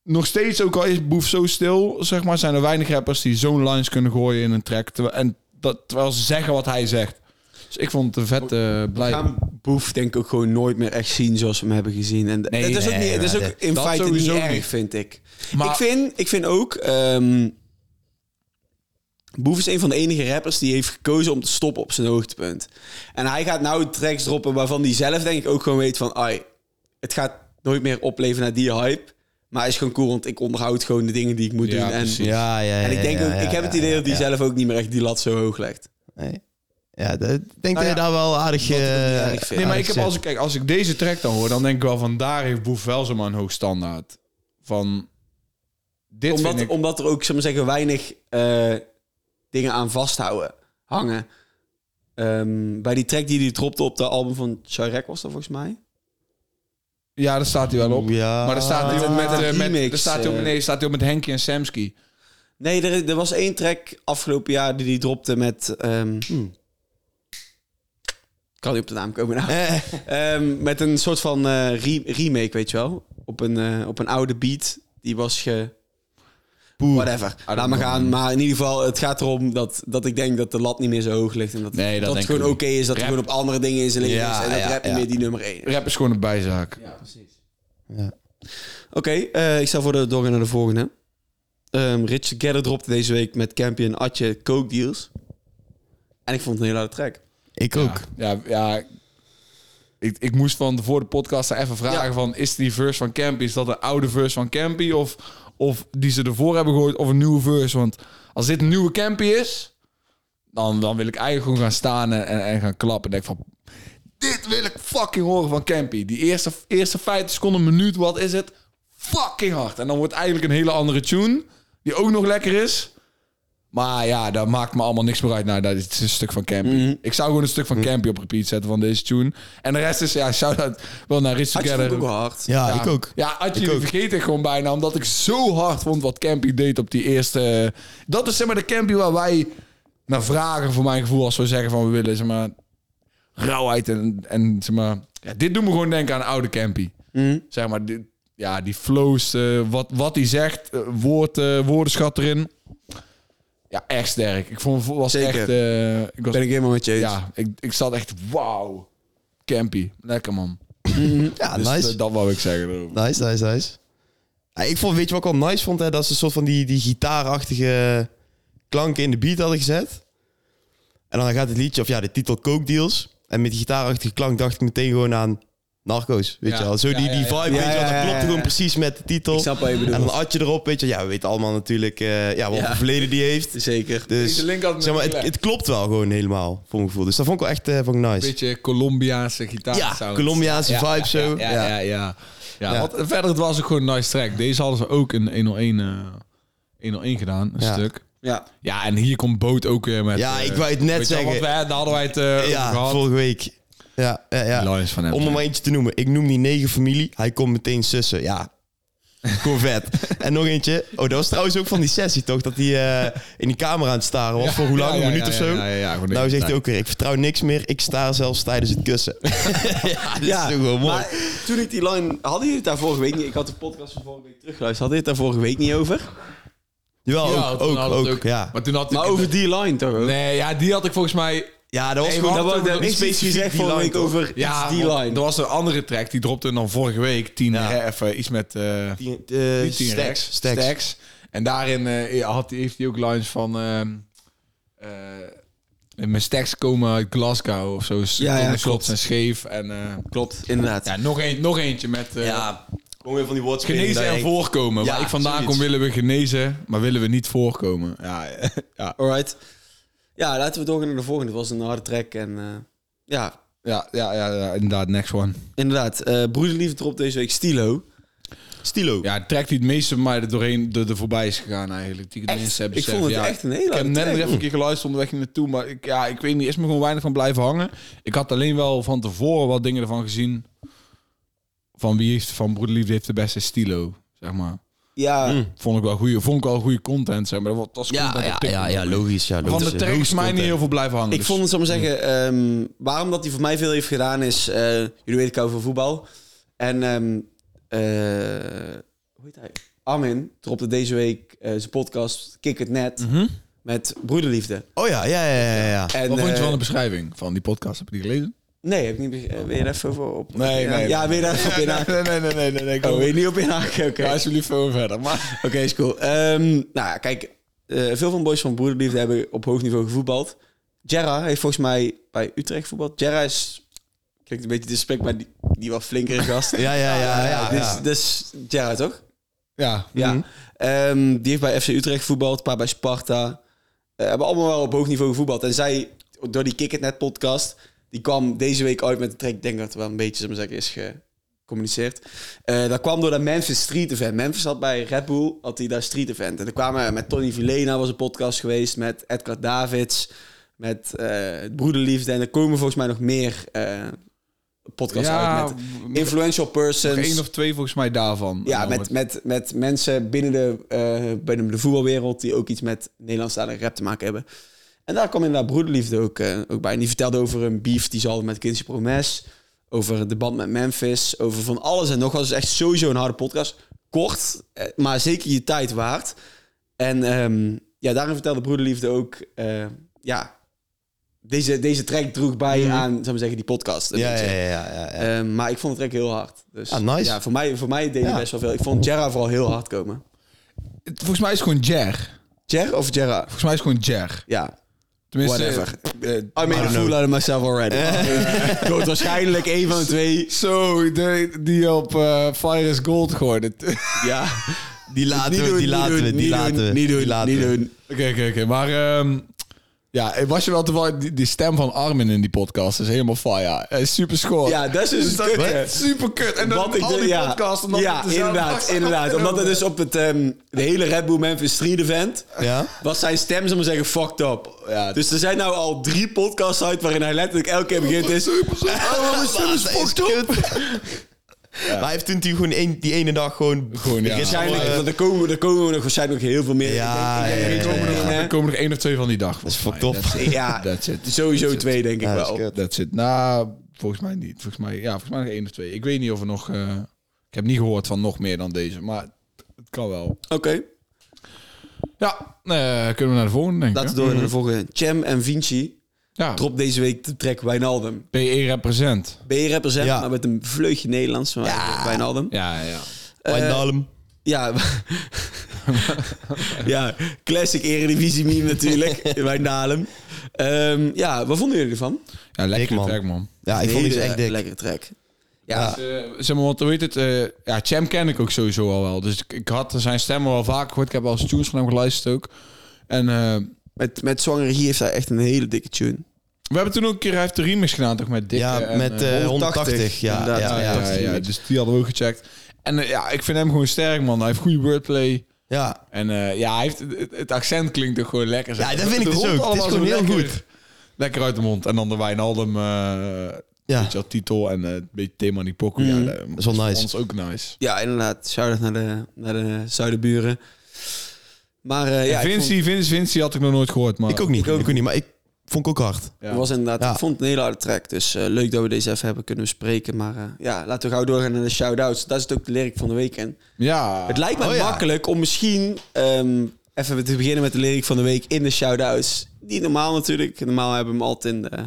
S1: Nog steeds, ook al is Boef zo stil, zeg maar... zijn er weinig rappers die zo'n lines kunnen gooien in een track. Terwijl, en dat, terwijl ze zeggen wat hij zegt. Dus ik vond het een vet eh blij.
S2: We gaan Boef denk ik ook gewoon nooit meer echt zien zoals we hem hebben gezien. En
S1: Nee,
S2: dat is ook,
S3: nee,
S2: niet, dat is
S3: maar
S2: ook
S3: dat-
S2: in
S1: dat
S2: feite niet
S1: sowieso
S2: erg,
S1: niet.
S2: vind ik.
S1: Maar-
S2: ik, vind, ik vind ook... ehm, Boef is een van de enige rappers die heeft gekozen om te stoppen op zijn hoogtepunt. En hij gaat nou tracks droppen waarvan hij zelf denk ik ook gewoon weet van... Ai, het gaat nooit meer opleveren naar die hype. Maar hij is gewoon cool, want ik onderhoud gewoon de dingen die ik moet
S1: Ja,
S2: doen. En,
S1: precies.
S3: Ja, ja, ja.
S2: en ik, denk
S3: ja,
S2: ook,
S3: ja,
S2: ik heb het
S3: ja,
S2: idee
S3: ja,
S2: dat hij
S3: ja.
S2: zelf ook niet meer echt die lat zo hoog legt.
S3: Nee. Ja, dat- ik
S2: Nou
S3: denk dat
S1: ja.
S3: je daar wel aardig...
S2: Wat ik ook niet
S3: eh,
S2: erg vind.
S1: Nee, maar
S3: aardig
S1: ik heb
S3: zit.
S1: als ik, kijk, als ik deze track dan hoor, dan denk ik wel van daar heeft Boef wel zomaar een hoog standaard. Van dit
S2: Omdat,
S1: vind ik...
S2: omdat er ook, zullen we zeggen, weinig eh, dingen aan vasthouden, hangen. Ehm, bij die track die hij dropte op de album van Chirek was dat volgens mij.
S1: Ja, daar staat hij wel op.
S3: Ja.
S1: Maar daar staat hij ook
S2: Ah,
S1: met, eh, met,
S2: remix,
S1: daar staat hij ook,
S2: eh.
S1: nee, staat hij ook met Henkie en Samsky.
S2: Nee, er, er was één track afgelopen jaar die hij dropte met... ehm,
S1: Hmm.
S2: Kan niet op de naam komen
S1: [laughs]
S2: nou.
S3: Eh,
S2: Ehm, met een soort van eh, re- remake, weet je wel. Op een, eh, op een oude beat. Die was ge...
S3: poeh.
S2: Whatever.
S1: don't
S2: Laat maar
S1: know.
S2: gaan. Maar in ieder geval, het gaat erom dat, dat ik denk dat de lat niet meer zo hoog ligt. En dat,
S1: Nee, dat
S2: het
S1: denk
S2: gewoon
S1: ik
S2: oké
S1: ook
S2: is. Dat hij
S1: Rap.
S2: gewoon op andere dingen in zijn leven
S3: Ja,
S2: is. En dat
S3: ja,
S2: rap niet
S3: ja.
S2: meer die nummer één is.
S1: Rap is gewoon een bijzaak.
S2: Ja, precies.
S3: Ja.
S2: Oké, eh, ik stel voor dat we doorgaan naar de volgende. Ehm Rich Gedder dropte deze week met Campy en Atje Coke Deals. En ik vond het een hele harde track.
S3: Ik ook.
S1: Ja, ja ik, ik moest van voor de podcast daar even vragen
S2: Ja.
S1: van... is die verse van Campy, is dat een oude verse van Campy? Of, of die ze ervoor hebben gehoord, of een nieuwe verse? Want als dit een nieuwe Campy is... dan, dan wil ik eigenlijk gewoon gaan staan en, en, en gaan klappen. En denk van... dit wil ik fucking horen van Campy. Die eerste, eerste 50 seconden, minuut, wat is het? Fucking hard. En dan wordt eigenlijk een hele andere tune... die ook nog lekker is... Maar ja, dat maakt me allemaal niks meer uit. Nou, dat is een stuk van Campy. Ik zou gewoon een stuk van Campy op repeat zetten van deze tune. En de rest is, ja, shout-out wel naar Rich
S2: Atje vond ik ook
S1: Together.
S2: wel hard.
S3: Ja, ik ook.
S1: Ja, Adje vergeet ik gewoon bijna. Omdat ik zo hard vond wat Campy deed op die eerste... eh, Dat is zeg maar de Campy waar wij naar vragen, voor mijn gevoel. Als we zeggen van we willen, zeg maar, rauwheid en, en zeg maar... Ja, dit doet me gewoon denken aan oude Campy. Zeg maar, dit, ja, die flows, eh, wat, wat hij zegt, eh, woord, eh, woordenschat erin. Ja, echt sterk. Ik vond, was
S2: Zeker.
S1: echt... eh, ik was
S2: Ben ik helemaal met je eens.
S1: ja, ik, ik zat echt, wauw. Campy, lekker man.
S3: Ja,
S1: Dus
S3: nice.
S1: dat, dat wou ik zeggen. erover.
S3: Nice, nice, nice. Ja, ik vond, weet je wat ik wel nice vond? Hè? Dat ze een soort van die, die gitaarachtige klanken in de beat hadden gezet. En dan gaat het liedje, of ja, de titel Coke Deals. En met die gitaarachtige klank dacht ik meteen gewoon aan Narcos, weet
S1: Ja.
S3: je wel. Zo
S1: Ja,
S3: die,
S1: ja,
S3: die
S1: ja.
S3: vibe,
S2: Ja,
S3: weet je wel.
S2: ja,
S3: Dat
S2: ja,
S3: klopte
S2: ja.
S3: gewoon precies met de titel.
S2: Ik snap wat je
S3: en een
S2: bedoelt.
S3: atje erop, weet je. Ja, we weten allemaal natuurlijk eh, ja, wat
S2: Ja.
S3: voor verleden die heeft.
S2: Zeker.
S3: Dus
S1: Deze link had me
S3: zeg maar,
S1: niet
S3: het,
S1: gelegd.
S3: het klopt wel gewoon helemaal, voor mijn gevoel. Dus dat vond ik wel echt eh, vond ik nice.
S1: Beetje Colombiaanse gitaar.
S3: ja, Colombiaanse vibe zo.
S1: Ja, ja,
S3: Ja,
S1: ja. ja.
S3: Ja.
S1: Want verder het was ook gewoon een nice track. Deze hadden ze ook in 101, eh 101 gedaan, een
S3: Ja.
S1: stuk.
S2: Ja.
S1: Ja, en hier komt Boot ook weer met...
S3: Ja,
S1: eh,
S3: ik wou het net
S1: weet je wel,
S3: zeggen.
S1: want wij- daar hadden wij het eh, over
S3: Ja,
S1: gehad.
S3: vorige week. Ja, ja, ja.
S1: Die lines van hem.
S3: Om er maar eentje te noemen. Ik noem die negen familie. Hij komt meteen sussen. Ja. Gewoon
S1: [laughs]
S3: vet. en nog eentje. Oh, dat was trouwens ook van die sessie, toch? Dat hij eh, in die camera aan het staren was. voor hoe lang?
S1: Ja, ja,
S3: een minuut
S1: ja,
S3: of zo?
S1: Ja, ja, ja, gewoon
S3: Nou
S1: even
S3: zegt hij
S1: tijd.
S3: ook weer, ik vertrouw niks meer. Ik sta zelfs tijdens het
S1: [laughs]
S3: kussen. ja, dat
S2: Ja,
S3: is toch wel mooi.
S2: maar toen ik die line... Hadden jullie het daar vorige week niet... Ik had de podcast van vorige week teruggeluisterd. Hadden jullie het daar vorige week niet over?
S3: Jawel,
S1: Ja,
S3: ook,
S1: toen
S3: ook,
S1: hadden we
S3: ook,
S1: het
S3: Ja.
S1: Maar toen had ik...
S2: Maar over die line toch ook?
S1: Nee, ja, die had ik volgens mij...
S3: ja, dat was
S1: Nee,
S3: gewoon...
S1: maar-
S2: Dat
S1: hadden
S2: was
S1: we
S2: dat
S1: niet
S2: niet specifiek
S1: specifiek
S2: gezegd
S1: die
S2: vorige
S1: line,
S2: week
S1: toch?
S2: over
S1: Ja,
S2: iets die
S1: want
S2: line.
S1: er was een andere track, die dropte dan vorige week. Tien
S3: Ja.
S1: ref, eh, iets met... eh,
S3: Die, eh,
S1: niet tien
S3: Stacks,
S1: ref,
S3: Stacks.
S1: Stacks. En daarin eh, had, hij- heeft hij ook lines van... ehm eh, mijn stacks komen uit Glasgow of zo.
S2: ja,
S1: Stonden
S2: klopt.
S1: Klots en scheef. En eh,
S2: Klopt, inderdaad.
S1: ja, nog, een, nog eentje met... eh,
S3: Ja. Gewoon weer van die woordspeling.
S1: Genezen
S3: daar
S1: en
S3: denk-
S1: voorkomen.
S3: Ja,
S1: Waar ik vandaan
S3: zoiets.
S1: kom willen we genezen, maar willen we niet voorkomen. Ja, [laughs] ja,
S2: Alright. Ja, laten we doorgaan naar de volgende. Het was een harde track en... eh, ja,
S1: ja, ja, ja, ja, inderdaad, next one.
S2: inderdaad. Eh Broederliefde erop deze week. Stilo.
S3: Stilo.
S1: Ja, de track die het meeste bij mij er doorheen er, er voorbij is gegaan eigenlijk. Die ik het minste heb
S2: Ik vond
S1: beseft.
S2: het
S1: Ja,
S2: echt een hele
S1: Ik heb
S2: harde
S1: net nog
S2: track.
S1: even een keer geluisterd onderweg hier naartoe, maar ik, ja, ik weet niet, is me gewoon weinig van blijven hangen. Ik had alleen wel van tevoren wat dingen ervan gezien. Van wie heeft, van Broederliefde heeft de beste stilo, zeg maar.
S2: Ja,
S1: Vond ik wel goede, vond ik wel goede content, zeg maar. Dat was content op TikTok.
S3: logisch. Ja,
S1: Van de track is mij niet heel veel blijven hangen.
S2: ik
S1: dus-
S2: vond het, zal ik maar zeggen, ehm, waarom dat hij voor mij veel heeft gedaan is, eh, jullie weten ik hou van voetbal. En ehm, eh, hoe heet hij? Armin dropte deze week eh, zijn podcast Kick het Net
S1: Mhm.
S2: met Broederliefde.
S3: Oh ja, ja, ja, ja. ja.
S2: En,
S1: Wat vond je
S2: eh,
S1: van de beschrijving van die podcast? Heb je die gelezen?
S2: Nee, heb ik niet. eh, wil je er even over op?
S1: Nee,
S2: ja,
S1: nee.
S2: Ja, wil je daar even op inhaken?
S1: nee, nee, nee, nee, nee. nee, ik
S2: Oh,
S1: wil-
S2: wil je niet op inhaken? Oké.
S1: Ga alsjeblieft gewoon verder. Maar
S2: Oké, is cool. Ehm, nou ja, kijk, eh, veel van de boys van Broederliefde hebben op hoog niveau gevoetbald. Jera heeft volgens mij bij Utrecht voetbald. Jera is, klinkt een beetje disrespect, maar die, die wat flinkere gast.
S3: Ja, ja, ja, ja.
S2: dus,
S3: ja.
S2: dus Jera toch?
S1: ja,
S2: Ja. Ehm, die heeft bij FC Utrecht voetbald, een paar bij Sparta. Eh, hebben allemaal wel op hoog niveau gevoetbald. En zij, door die Kick It Net podcast, die kwam deze week uit met de track. Ik denk dat het wel een beetje, zullen we zeggen, is gecommuniceerd. Eh, dat kwam door dat Memphis Street Event. Memphis had bij Red Bull, had hij daar Street Event. En er kwamen met Tony Villena was een podcast geweest, met Edgar Davids, met eh, het Broederliefde. En er komen volgens mij nog meer eh, podcasts uit met influential persons.
S1: één of twee volgens mij daarvan. Nou,
S2: Ja,
S1: En dan
S2: met,
S1: wordt-
S2: met, met mensen binnen de, eh, binnen de voetbalwereld die ook iets met Nederlandstalige rap te maken hebben. En daar kwam inderdaad Broederliefde ook, eh, ook bij. En die vertelde over een beef die ze hadden met Quincy Promes. Over de band met Memphis. Over van alles en nog wat. Dus echt sowieso een harde podcast. Kort, eh, maar zeker je tijd waard. En ehm, ja, daarin vertelde Broederliefde ook... eh, ja, deze, deze track droeg bij
S1: Mhm.
S2: aan, zou maar zeggen, die podcast. een
S3: Ja,
S2: beetje.
S3: ja, ja, ja, ja, ja.
S2: Ehm, maar ik vond het track heel hard. Dus,
S3: Ah, nice.
S2: Ja, voor mij, voor mij deed hij
S3: Ja.
S2: best wel veel. Ik vond Jera vooral heel hard komen.
S1: Het- Volgens mij is het gewoon Jer.
S2: Jer of Jera?
S1: Volgens mij is het gewoon Jer.
S2: Ja.
S1: Tenminste,
S2: Whatever.
S1: eh, eh,
S2: I made a
S1: maar-
S2: fool out of myself
S3: [laughs]
S2: already. Ik word waarschijnlijk één van de twee.
S1: Zo, de, die op eh, Fire is Gold gooide. [laughs] Oké,
S2: Ja.
S3: Die laten
S2: Niet
S3: we,
S2: doen,
S3: die
S2: niet
S3: laten we,
S2: doen,
S3: die
S2: niet
S3: laten
S2: doen,
S3: we.
S2: Niet
S3: die
S2: doen,
S3: laten
S2: niet
S3: we.
S2: doen.
S1: oké, oké. Maar ehm, ja, was je wel toevallig... Die, die stem van Armin in die podcast is helemaal fire. Hij is super schoor.
S2: Ja, dat is dus het
S1: dat
S2: kutte.
S1: super kut. En
S2: Wat
S1: dan
S2: ik
S1: al
S2: de-
S1: die
S2: ja.
S1: podcasts... en dan
S2: ja,
S1: dezelfde
S2: inderdaad,
S1: gasten [laughs]
S2: inderdaad. Omdat het dus op het ehm, de hele Red Bull Memphis Street event
S3: Ja?
S2: was zijn stem, zullen we zeggen, fucked up.
S1: Ja.
S2: Dus er zijn nou al drie podcasts uit waarin hij letterlijk elke keer begint is... [laughs]
S1: Oh,
S3: Dat is kut. Maar hij heeft toen die gewoon één, die ene dag gewoon...
S1: Gewoon, ja.
S2: Waarschijnlijk,
S3: Ja, eh,
S2: want er komen, er komen nog waarschijnlijk nog heel veel meer.
S3: Ja,
S2: Ik
S3: ja,
S2: denk-
S1: Er
S2: ik denk
S1: komen,
S2: er
S1: nog,
S2: één,
S1: er
S2: hè?
S1: komen nog één of twee van die dag.
S3: is
S1: volgens
S3: fucked
S1: mij.
S3: up.
S1: That's it.
S3: [laughs]
S2: Ja,
S1: [laughs] That's it.
S2: sowieso
S1: That's it.
S2: twee denk ik
S3: Ja, dat is
S2: wel.
S3: kut.
S1: Dat zit. Nou, volgens mij niet. Volgens mij, ja, volgens mij nog één of twee. Ik weet niet of er nog. eh, ik heb niet gehoord van nog meer dan deze, maar het- het kan wel.
S2: Oké,
S1: Ja, eh, kunnen we naar de volgende denk ik,
S2: laten
S1: hè?
S2: we door naar de volgende. Cham Mhm. en Vinci
S1: Ja.
S2: drop deze week de track Wijnaldum.
S1: PE E represent.
S2: Ben je rapper zijn,
S3: Ja.
S2: maar met een vleugje Nederlands. Maar Wijnaldum.
S1: Ja, ja.
S3: eh,
S2: eh,
S3: Wijnaldum.
S2: Ja. [laughs] ja, classic eredivisie meme natuurlijk.
S3: [laughs]
S2: Wijnaldum. Ehm ja, wat vonden jullie ervan?
S1: Ja, lekker
S3: Dik, man.
S1: track man.
S3: Ja, Ah, ik vond
S2: Hele
S3: het echt dik.
S2: Lekkere track. Ja.
S1: Dus, eh, zeg maar, want hoe heet het? eh, ja, Champ ken ik ook sowieso al wel. Dus ik, ik had zijn stemmen wel vaak gehoord. Ik heb wel eens tunes van hem geluisterd ook. En eh,
S2: Met, met Zwangere hier heeft hij echt een hele dikke tune.
S1: we hebben toen ook een keer, hij heeft de remix gedaan toch met Dick?
S3: ja,
S1: en,
S3: met
S1: eh,
S3: eh, 180.
S2: 180,
S3: Ja, ja,
S2: inderdaad,
S3: ja,
S1: ja, ja,
S3: ja,
S1: ja, dus die hadden we ook gecheckt. En eh, ja, ik vind hem gewoon sterk, man. Hij heeft goede wordplay.
S3: Ja.
S1: En eh, ja, hij heeft, het, het accent klinkt ook gewoon lekker. zeg.
S3: Ja, dat vind ik
S1: Het
S3: dus
S1: rolt
S3: ook. Het is
S1: allemaal
S3: gewoon
S1: zo
S3: heel
S1: lekker- Lekker uit de mond. En dan de Wijnaldum, eh
S3: Ja.
S1: weet je wel, titel en eh, een beetje thema die pokoe. Ja,
S3: Mhm.
S1: dat
S3: Dat is wel
S1: voor
S3: nice.
S1: ons ook nice.
S2: Ja, inderdaad. Shout-out naar de, naar de zuidenburen. Maar eh, ja,
S1: Ja,
S2: ik
S1: Vinci,
S2: vond-
S1: Vinci, Vinci had ik nog nooit gehoord. Maar
S3: Ik ook niet.
S2: Ik
S3: Ik
S2: ook
S3: ook, niet, maar ik vond ik ook hard.
S1: Ja.
S2: het was inderdaad,
S3: Ja.
S2: ik vond het een hele harde track. Dus eh, leuk dat we deze even hebben kunnen bespreken. Maar eh, ja, laten we gauw doorgaan naar de shout-outs. Dat is het ook de lyric van de week. En
S1: Ja.
S2: het lijkt me
S3: oh ja.
S2: makkelijk om misschien ehm, even te beginnen met de lyric van de week in de shout-outs. Niet normaal natuurlijk. Normaal hebben we hem altijd in de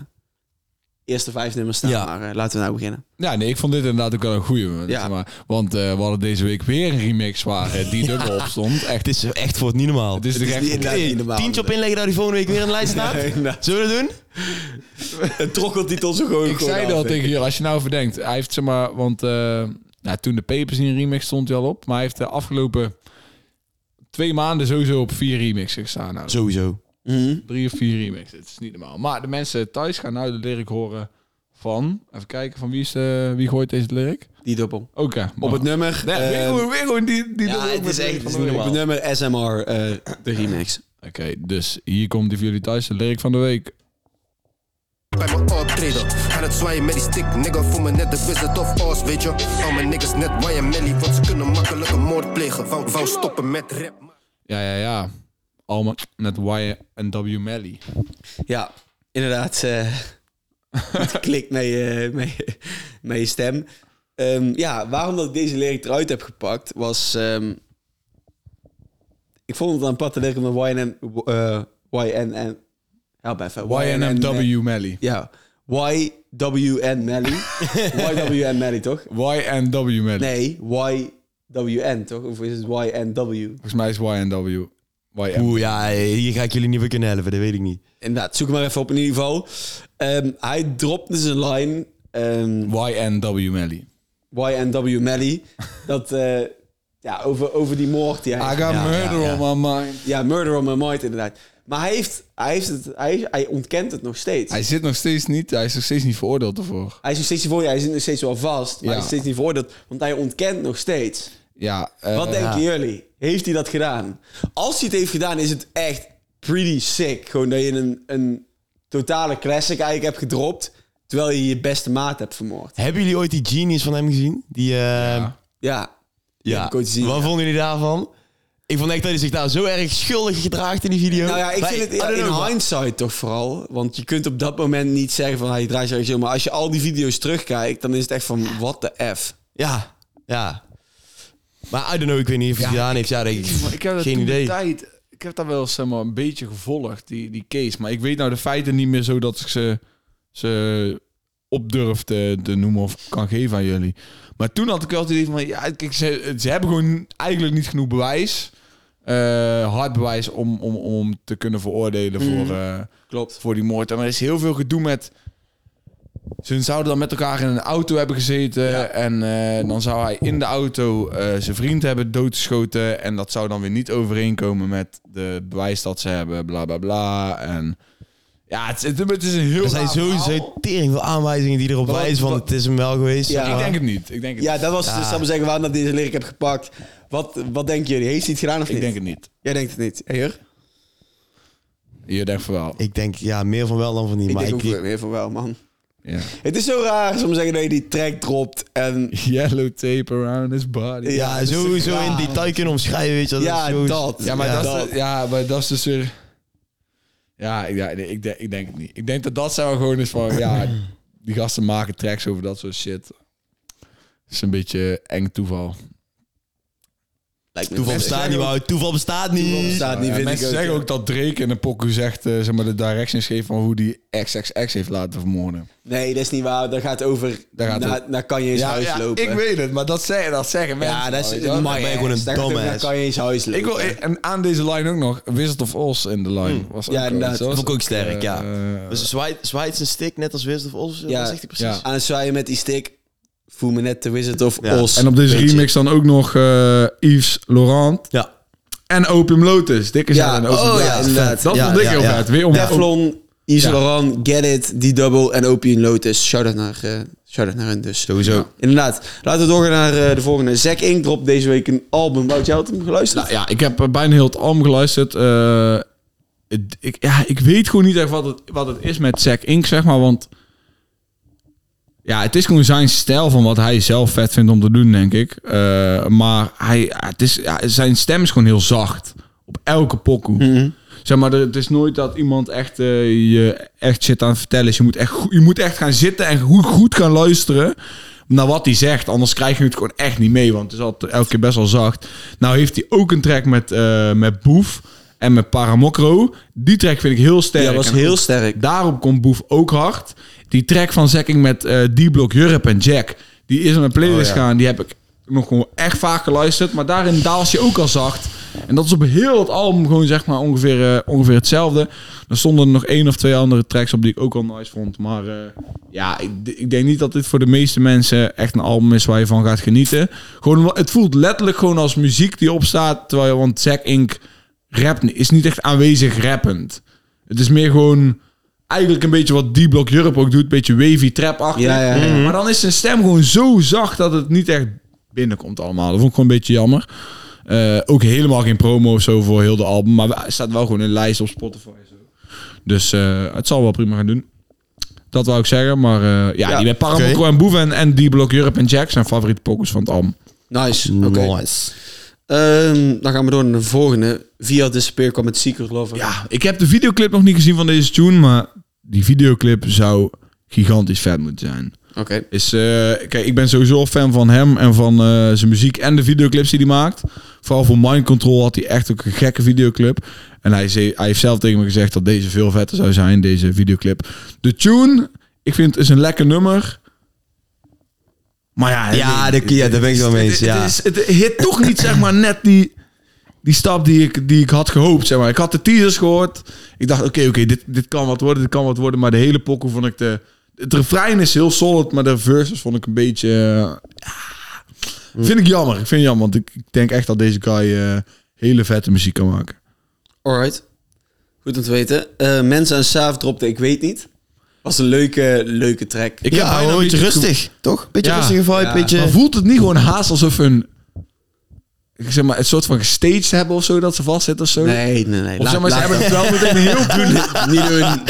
S2: eerste vijf nummers staan.
S3: Ja.
S2: Maar eh, laten we nou beginnen.
S1: Ja, nee, ik vond dit inderdaad ook wel een goeie. man.
S2: Ja.
S1: Zeg maar, want eh, we hadden deze week weer een remix waar eh,
S3: [laughs]
S1: die dubbel op stond. Echt,
S3: Het is echt voor het niet normaal.
S1: het is de
S2: is
S1: gek-
S2: niet Dus inderdaad niet normaal.
S3: Tientje
S2: [laughs]
S3: op inleggen dat die volgende week weer in de lijst staat.
S2: inderdaad.
S3: Zullen we dat doen?
S2: Het trokkelt die tot zo gewoon
S1: Ik zei dat al tegen jullie, als je nou verdenkt. Hij heeft, zeg maar, want eh, nou, toen de Papers in een remix stond hij al op. Maar hij heeft de afgelopen twee maanden sowieso op vier remixen gestaan. Nou,
S3: Sowieso.
S1: Drie of vier remixen, het is niet normaal. Maar de mensen thuis gaan nou de lyric horen van... Even kijken, van wie, is de, wie gooit deze lyric?
S2: Die dubbel.
S1: Oké.
S2: Op
S1: maar-
S2: het nummer.
S1: Nee,
S2: eh,
S1: weer gewoon- weer gewoon die, die
S2: ja,
S1: dubbel
S2: het
S1: met
S2: is
S1: de
S2: echt
S1: lyric
S2: het
S1: van
S2: is
S1: de
S2: niet
S1: week.
S2: normaal. Op het nummer SMR, eh de remix.
S1: Oké, dus hier komt die voor jullie thuis de lyric van de week.
S4: bij mijn optreden. Aan het zwaaien met die stick, nigga. Voel me net de wizard of Oz, weet je. Al mijn niggas net Ryan Melly, want ze kunnen makkelijk een moord plegen. Wou, wou stoppen met rap.
S1: Ja, ja, ja. Allemaal net Y en W. Melly.
S2: Ja, inderdaad. eh, het klikt met je, met je, met je stem. Ehm, ja, waarom dat ik deze lyric eruit heb gepakt was... ehm, ik vond het een aparte lyric om een YNM... eh YNM... Help even.
S1: YNMW Melly.
S2: Ja. YWN Melly. YWN Melly, toch?
S1: YNW Melly.
S2: Nee, YWN, toch? Of is het YNW?
S1: Volgens mij is YNW. YM.
S3: Oeh, ja, hier ga ik jullie niet meer kunnen helpen. Dat weet ik niet.
S2: Inderdaad, zoek maar even op in ieder geval. Ehm, hij dropt dus een line, ehm
S1: YNW Melly.
S2: YNW
S1: [laughs]
S2: Melly, dat, eh, ja, over, over die moord die hij...
S1: I got
S3: ja,
S1: murder
S3: ja.
S1: on my mind.
S2: Ja, Murder on My Mind, inderdaad. Maar hij, heeft, hij, heeft het, hij, hij ontkent het nog steeds.
S1: Hij zit nog steeds niet, hij is nog steeds niet veroordeeld ervoor.
S2: Hij is nog steeds niet voor je, hij zit nog steeds wel vast, maar
S1: Ja.
S2: hij is steeds niet veroordeeld, want hij ontkent nog steeds.
S1: Ja, eh,
S2: Wat denken jullie? Heeft hij dat gedaan? Als hij het heeft gedaan, is het echt pretty sick. Gewoon dat je een, een totale classic eigenlijk hebt gedropt, terwijl je je beste maat hebt vermoord.
S3: Hebben jullie ooit die genius van hem gezien? Die, eh, ja.
S2: Ja, heb ik ooit gezien,
S3: Wat
S2: ja.
S3: vonden jullie daarvan? Ik vond echt dat hij zich daar zo erg schuldig gedraagt in die video.
S2: Nou ja, ik
S3: Maar
S2: vind het
S3: I don't
S2: in
S3: know, man.
S2: hindsight toch vooral. Want je kunt op dat moment niet zeggen van hij draait zich zo. Maar als je al die video's terugkijkt, dan is het echt van what the F.
S3: Ja, ja. Maar I don't know, ik weet niet of hij het gedaan heeft. Ja, denk ik,
S1: ik heb dat
S3: geen
S1: toen de
S3: idee.
S1: tijd, ik heb dat wel zeg maar, een beetje gevolgd, die, die case. Maar ik weet nou de feiten niet meer zo dat ik ze, ze opdurf te, te noemen of kan geven aan jullie. Maar toen had ik wel het idee van, ja, kijk, ze, ze hebben gewoon eigenlijk niet genoeg bewijs. eh, hard bewijs om, om, om te kunnen veroordelen voor... eh,
S2: Klopt.
S1: voor die moord. En er is heel veel gedoe met... Ze zouden dan met elkaar in een auto hebben gezeten. En eh, dan zou hij in de auto eh, zijn vriend hebben doodgeschoten. En dat zou dan weer niet overeenkomen met de bewijs dat ze hebben. Bla, bla, bla. En ja, het, is- het is een heel
S3: Er zijn
S1: raar verhaal.
S3: sowieso tering veel aanwijzingen die erop
S1: Wat-
S3: wijzen van
S1: wat-
S3: het is hem wel geweest.
S2: Ja.
S3: maar-
S1: Ik denk het niet. Ik denk het,
S2: Ja, dat was dus, zou ik zeggen, waarom dat deze lyric heb gepakt. Wat, wat denken jullie? Heeft hij het gedaan of
S1: ik
S2: niet?
S1: denk het niet.
S2: Jij denkt het niet. Heer?
S1: Je denkt van wel.
S3: Ik denk, ja, meer van wel dan van niet.
S2: Ik
S3: maar
S2: denk
S3: ik,
S2: ook weer meer van wel, man.
S1: Ja.
S2: Het is zo raar, zou ik zeggen, dat je die track dropt en...
S1: [laughs] Yellow tape around his body.
S2: Ja,
S3: ja,
S2: dat is
S3: sowieso
S2: raar.
S3: in detail kunnen omschrijven, weet je. Dat
S2: Ja,
S3: is zo-
S2: dat.
S1: Ja, maar,
S2: Ja.
S1: Dat, is, de- ja, maar dat is dus weer... Ja, ik- ja nee, ik, denk, ik denk het niet. Ik denk dat dat zou gewoon is van... Ja, die gasten maken tracks over dat soort shit. is een beetje eng toeval.
S2: Lijkt me
S3: Toeval
S2: best.
S3: bestaat niet, Wout. Toeval bestaat niet.
S2: Toeval bestaat niet,
S1: Ja,
S2: vind ik
S1: mensen
S2: ook,
S1: zeggen
S2: ja.
S1: ook dat Drake in een pokoe zegt... eh, zeg maar de directions geeft van hoe die XXX heeft laten vermoorden.
S2: Nee, dat is niet waar. Dat gaat over...
S1: Daar gaat
S2: naar,
S1: het.
S2: naar Kanye's huis lopen.
S1: ik weet het, maar dat, zeggen, dat zeggen mensen.
S2: Ja, dat is
S1: weet
S2: een
S1: je wel.
S3: ben je gewoon een
S2: Daar gaat het over
S3: domass.
S2: Naar Kanye's huis lopen.
S1: Ik wil, en aan deze line ook nog, Wizard of Oz in de line. Was ook
S2: Ja,
S1: wel iets,
S2: inderdaad.
S1: hoor.
S2: Dat
S3: Hmm. vond ik ook sterk,
S1: Eh,
S3: ja.
S1: eh,
S3: Dus zwaait, zwaait zijn stick net als Wizard of Oz,
S2: Ja.
S3: dat zegt hij precies.
S1: Ja.
S2: aan het zwaaien met die stick. Voel me net de Wizard of
S3: Ja.
S2: Oz.
S1: En op deze
S3: Beetje.
S1: remix dan ook nog eh, Yves Laurent
S3: Ja.
S1: en Opium Lotus. Dikke
S2: Ja,
S1: zijn en Opium
S2: oh
S1: Lotus.
S2: ja, inderdaad.
S1: Dat
S3: Ja,
S1: vond ik
S3: ja,
S1: heel
S3: ja.
S1: vet. Weer om
S2: Teflon, Yves
S1: Ja.
S2: Laurent, Get It, D-Double en Opium Lotus. Shout-out naar, eh shout-out naar hun dus.
S3: Sowieso.
S2: Ja. Inderdaad. Laten we doorgaan naar eh, de volgende. Zack Ink drop deze week een album. Wout, jij had hem geluisterd?
S1: Nou ja, ik heb eh, bijna heel het album geluisterd. Eh, het- ik, ja, ik weet gewoon niet echt wat het, wat het is met Zack Ink, zeg maar. Want ja, het is gewoon zijn stijl van wat hij zelf vet vindt om te doen, denk ik. Eh, maar hij, ja, het is, ja, zijn stem is gewoon heel zacht. Op elke pokoe.
S2: Mhm.
S1: Zeg maar, er- het is nooit dat iemand echt, eh, je echt shit aan het vertellen is. Je moet echt, go- je moet echt gaan zitten en goed, goed gaan luisteren naar wat hij zegt. Anders krijg je het gewoon echt niet mee, want het is altijd, elke keer best wel zacht. Nou heeft hij ook een track met, eh, met Boef en met Paramokro. Die track vind ik heel sterk.
S2: Ja, was
S1: En
S2: heel
S1: ook-
S2: sterk.
S1: Daarop komt Boef ook hard. Die track van Zekking met eh D-Block, Europe en Jack. Die is aan mijn playlist gaan. Die heb ik nog gewoon echt vaak geluisterd. Maar daarin daalt je ook al zacht. En dat is op heel het album gewoon zeg maar ongeveer, eh, ongeveer hetzelfde. Er stonden nog één of twee andere tracks op die ik ook al nice vond. Maar eh, ja, ik, ik denk niet dat dit voor de meeste mensen echt een album is waar je van gaat genieten. Gewoon, omdat- het voelt letterlijk gewoon als muziek die opstaat. Terwijl, je- want Zack Inc. rapt, niet- is niet echt aanwezig rappend. Het is meer gewoon eigenlijk een beetje wat D-Block Europe ook doet. Een beetje wavy trap achter.
S2: Ja, ja, ja.
S1: Maar dan is zijn stem gewoon zo zacht dat het niet echt binnenkomt allemaal. Dat vond ik gewoon een beetje jammer. Eh, ook helemaal geen promo of zo voor heel de album. Maar hij staat wel gewoon in lijst op Spotify. en Zo. Dus eh, het zal wel prima gaan doen. Dat wou ik zeggen. Maar eh, ja,
S2: Ja,
S1: die met Paramount
S3: oké.
S1: en Boef en, en D-Block Europe en Jack zijn favoriete pokus van het album.
S2: Nice. Oké.
S3: Nice.
S2: Ehm, dan gaan we door naar de volgende. Via Disappear kwam met Secret Lover.
S1: Ja, ik heb de videoclip nog niet gezien van deze tune. Maar die videoclip zou gigantisch vet moeten zijn.
S2: Oké.
S1: Is, eh, kijk, ik ben sowieso fan van hem en van eh, zijn muziek en de videoclips die hij maakt. Vooral voor Mind Control had hij echt ook een gekke videoclip. En hij, zei, hij heeft zelf tegen me gezegd dat deze veel vetter zou zijn, deze videoclip. De tune, ik vind het is een lekker nummer. Maar ja,
S3: Ja,
S1: nee,
S3: de- ja, daar ben ik het wel mee eens,
S1: Het,
S3: ja.
S1: is- het hit toch niet zeg maar net die, die stap die ik, die ik had gehoopt. Zeg maar. Ik had de teasers gehoord. Ik dacht, oké, oké, dit, dit kan wat worden, dit kan wat worden. Maar de hele pokoe vond ik de... Het refrein is heel solid, maar de verses vond ik een beetje... eh, ah, vind ik jammer. Ik vind het jammer, want ik, ik denk echt dat deze guy eh, hele vette muziek kan maken.
S2: Alright. Goed om te weten. Eh, Mensen en Saaf dropte Ik Weet Niet. Was een leuke, leuke track.
S1: Ik
S3: Ja,
S1: bijna
S3: een
S1: een
S3: beetje
S1: beetje
S3: rustig, toch? Beetje
S1: Ja.
S3: rustige vibe,
S2: Ja.
S3: beetje...
S1: Maar voelt het niet gewoon haast alsof een... Ik zeg maar, het soort van gestaged hebben of zo, dat ze vastzitten of zo?
S2: Nee, nee, nee.
S1: Of
S2: Laat-
S1: zeg maar, ze
S2: laat
S1: hebben
S2: dat.
S1: het
S2: [laughs]
S1: wel meteen heel cool. [laughs]
S2: niet doen.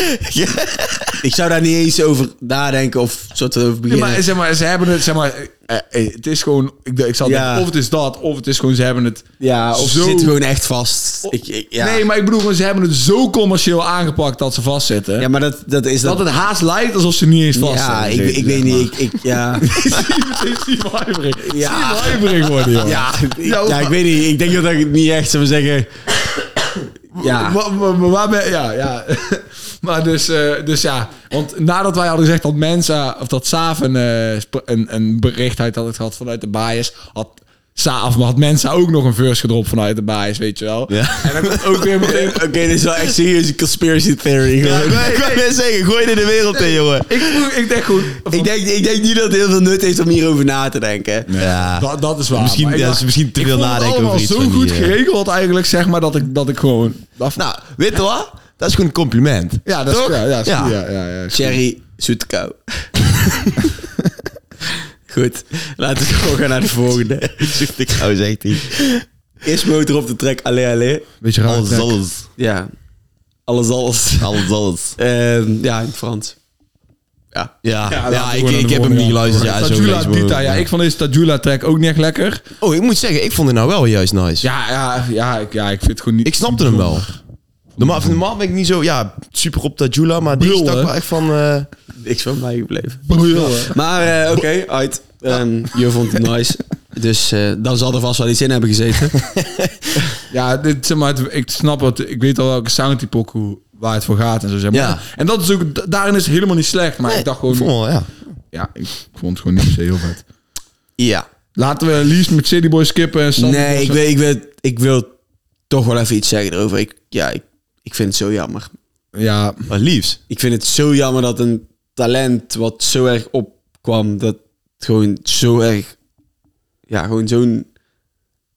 S2: Ik zou daar niet eens over nadenken of soort van over
S1: Nee,
S2: beginnen.
S1: maar, zeg maar, ze hebben het, zeg maar... eh, eh, het is gewoon... Ik, ik zal
S2: Ja.
S1: denken, of het is dat, of het is gewoon, ze hebben het...
S2: ja, of ze
S1: Zo-
S2: zitten gewoon echt vast. Ik, ik- ja.
S1: Nee, maar ik bedoel, gewoon, ze hebben het zo commercieel aangepakt dat ze vastzitten.
S2: ja, maar dat, dat is dat.
S1: dat het haast lijkt alsof ze niet eens vastzitten.
S2: ja, ik, ik weet niet. Ik, ik, ja.
S1: Steve Heiberig.
S2: Ja.
S1: Steve Heiberig worden, joh.
S2: Ja, ik,
S1: [laughs] Ja, nou,
S2: ja, ik weet niet. Ik denk dat ik het niet echt zou zeggen.
S1: [laughs]
S3: Ah.
S2: Ja.
S1: Wa- wa- wa- waar ben- ja, ja. [laughs] maar dus, eh, dus ja. Want nadat wij hadden gezegd dat Mensa, of dat Saaf een, eh, sp- een, een bericht uit had het gehad vanuit de bias, had Saaf, maar had Mensa ook nog een verse gedropt vanuit de bias, weet je wel. En dan komt ook weer
S3: [laughs]
S1: meteen...
S2: Oké, dit is wel echt serieuze conspiracy theory.
S3: Ja,
S2: gewoon.
S3: ik wou- ik wou net zeggen, gooi dit de wereld in, jongen.
S1: Ik, vroeg- ik denk goed,
S2: Ik denk, ik denk niet dat het heel veel nut heeft om hierover na te denken.
S3: Ja.
S1: dat, dat is waar.
S3: Misschien-
S1: maar ik
S3: ja,
S1: dacht-
S3: is misschien te
S1: ik
S3: veel
S1: vond het
S3: nadenken over
S1: allemaal
S3: iets
S1: zo
S3: van die,
S1: goed
S3: eh.
S1: geregeld eigenlijk, zeg maar, dat ik, dat ik gewoon... dacht van,
S3: Nou, weet je wat? Dat is gewoon een compliment.
S1: ja, dat is...
S3: toch?
S1: Ja, ja, is-
S3: Ja.
S1: ja. ja, ja, is-
S2: Cherry, zoete kou. [laughs] Goed, laten we gewoon gaan naar de
S3: [laughs]
S2: volgende.
S3: Ik zou zegt hij.
S2: Eerst motor op de track, allee allee.
S1: Beetje raar.
S3: Alles,
S1: track.
S3: alles.
S2: Ja, alles alles.
S3: Alles, alles.
S2: Ehm, ja, in het Frans. Ja.
S3: Ja,
S1: laten
S3: ja,
S1: we
S3: ik,
S1: gewoon naar
S3: ik
S1: de
S3: heb hem
S1: volgende
S3: niet geluisterd.
S1: gaan.
S3: Ja, zo
S1: Tajula
S3: lees ik me
S1: Dita,
S3: ook.
S1: ja, ik vond deze Tajula track ook niet echt lekker.
S3: Oh, ik moet zeggen, ik vond het nou wel juist nice.
S1: Ja, ja, ja, ik, ja, ik vind het gewoon niet.
S3: Ik snapte hem wel. Normaal, normaal ben ik niet zo, ja, super op dat Jula, maar die
S1: Brul,
S3: stak
S1: hè?
S3: wel echt van... eh,
S2: Niks van mij gebleven.
S1: Brullen.
S2: Maar eh, oké, uit. Ehm, je vond het nice. Dus eh, dan zal er vast wel iets in hebben gezeten.
S1: Ja, dit, zeg maar, het- ik snap het. Ik weet al welke sound die pokoe waar het voor gaat en zo. Zeg maar.
S3: Ja.
S1: En dat is ook, da- daarin is het helemaal niet slecht. Maar ik dacht gewoon,
S3: vond wel, ja.
S1: ja, ik vond het gewoon niet per se heel vet.
S3: [laughs] Ja.
S1: Laten we Lies met City Boy skippen en Sandy
S2: nee,
S1: Boy
S2: ik
S1: zo-
S2: wil, ik, wil, ik wil toch wel even iets zeggen erover. Ik, ja, ik, ik vind het zo jammer.
S1: Ja,
S3: Wat liefst.
S2: Ik vind het zo jammer dat een talent wat zo erg opkwam, dat het gewoon zo erg... Ja, gewoon zo'n...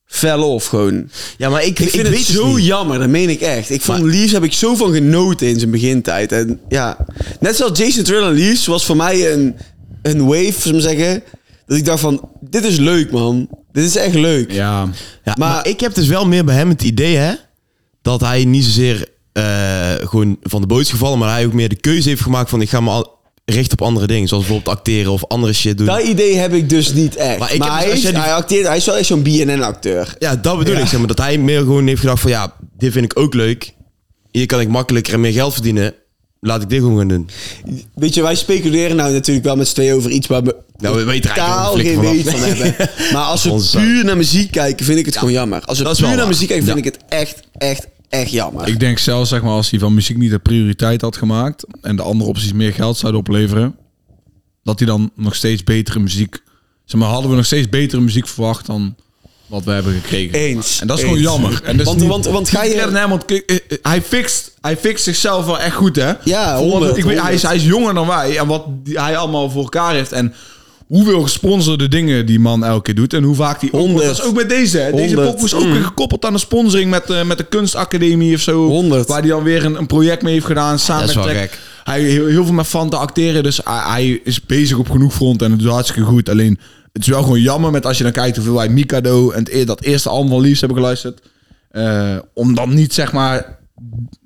S2: Fell off gewoon.
S3: Ja, maar ik,
S2: Ik, vind het
S3: weet
S2: zo
S3: niet.
S2: jammer, dat meen ik echt. Ik vond Leaves heb ik zo van genoten in zijn begintijd. En ja, net zoals Jason Triller Leaves was voor mij een, een wave, zou ik maar zeggen. Dat ik dacht van, dit is leuk man. Dit is echt leuk.
S1: Ja.
S3: Ja, maar,
S2: Maar-
S3: ik heb dus wel meer bij hem het idee, hè, dat hij niet zozeer eh, gewoon van de boot is gevallen, maar hij ook meer de keuze heeft gemaakt van ik ga me al richten op andere dingen, zoals bijvoorbeeld acteren of andere shit doen.
S2: Dat idee heb ik dus niet echt.
S3: Maar
S2: Maar,
S3: ik heb dus-
S2: hij,
S3: als
S2: is,
S3: jij die-
S2: hij, acteert, hij is wel echt zo'n BNN-acteur.
S3: ja, dat bedoel ik, zeg maar, dat hij meer gewoon heeft gedacht van ja, dit vind ik ook leuk, hier kan ik makkelijker en meer geld verdienen, laat ik dit gewoon gaan doen.
S2: Weet je, wij speculeren nou natuurlijk wel met z'n tweeën over iets waar we
S3: Nou, we weten er eigenlijk
S2: totaal
S3: wel een flikker
S2: geen
S3: vanaf.
S2: weet van hebben. Maar als
S3: Onze
S2: we
S3: zak.
S2: puur naar muziek kijken, vind ik het gewoon jammer. Als we
S3: dat is
S2: puur
S3: wel
S2: naar
S3: waar.
S2: muziek kijken, vind
S3: Ja.
S2: ik het echt, echt, echt jammer.
S1: Ik denk zelfs, zeg maar, als hij van muziek niet de prioriteit had gemaakt en de andere opties meer geld zouden opleveren, dat hij dan nog steeds betere muziek, zeg maar, hadden we nog steeds betere muziek verwacht dan wat we hebben gekregen.
S2: Eens.
S1: En dat is
S2: Eens.
S1: gewoon jammer. En dat is
S2: Want-
S1: niet-
S2: want- want ga je-
S1: Glenn Hammond, kijk, eh, eh, hij fixt, hij fixt zichzelf wel echt goed, hè?
S2: Ja,
S1: Voor wat-
S2: 100,
S1: ik weet, hij, is, hij is jonger dan wij en wat die- hij allemaal voor elkaar heeft en hoeveel gesponsorde dingen die man elke keer doet en hoe vaak die...
S2: 100.
S1: Dat is ook bij deze, hè? Deze
S2: 100.
S1: pop is ook weer gekoppeld aan de sponsoring met, eh, met de kunstacademie of zo.
S2: 100.
S1: Waar hij dan weer een, een project mee heeft gedaan samen
S3: Dat is
S1: met
S3: wel
S1: Tech.
S3: gek.
S1: Hij heel, heel veel met Fanta acteren, dus hij, hij is bezig op genoeg front en het doet hartstikke goed. Alleen het is wel gewoon jammer met als je dan kijkt hoeveel wij Mikado en het, eer- dat eerste album van Liefst hebben geluisterd. Eh, om dan niet zeg maar,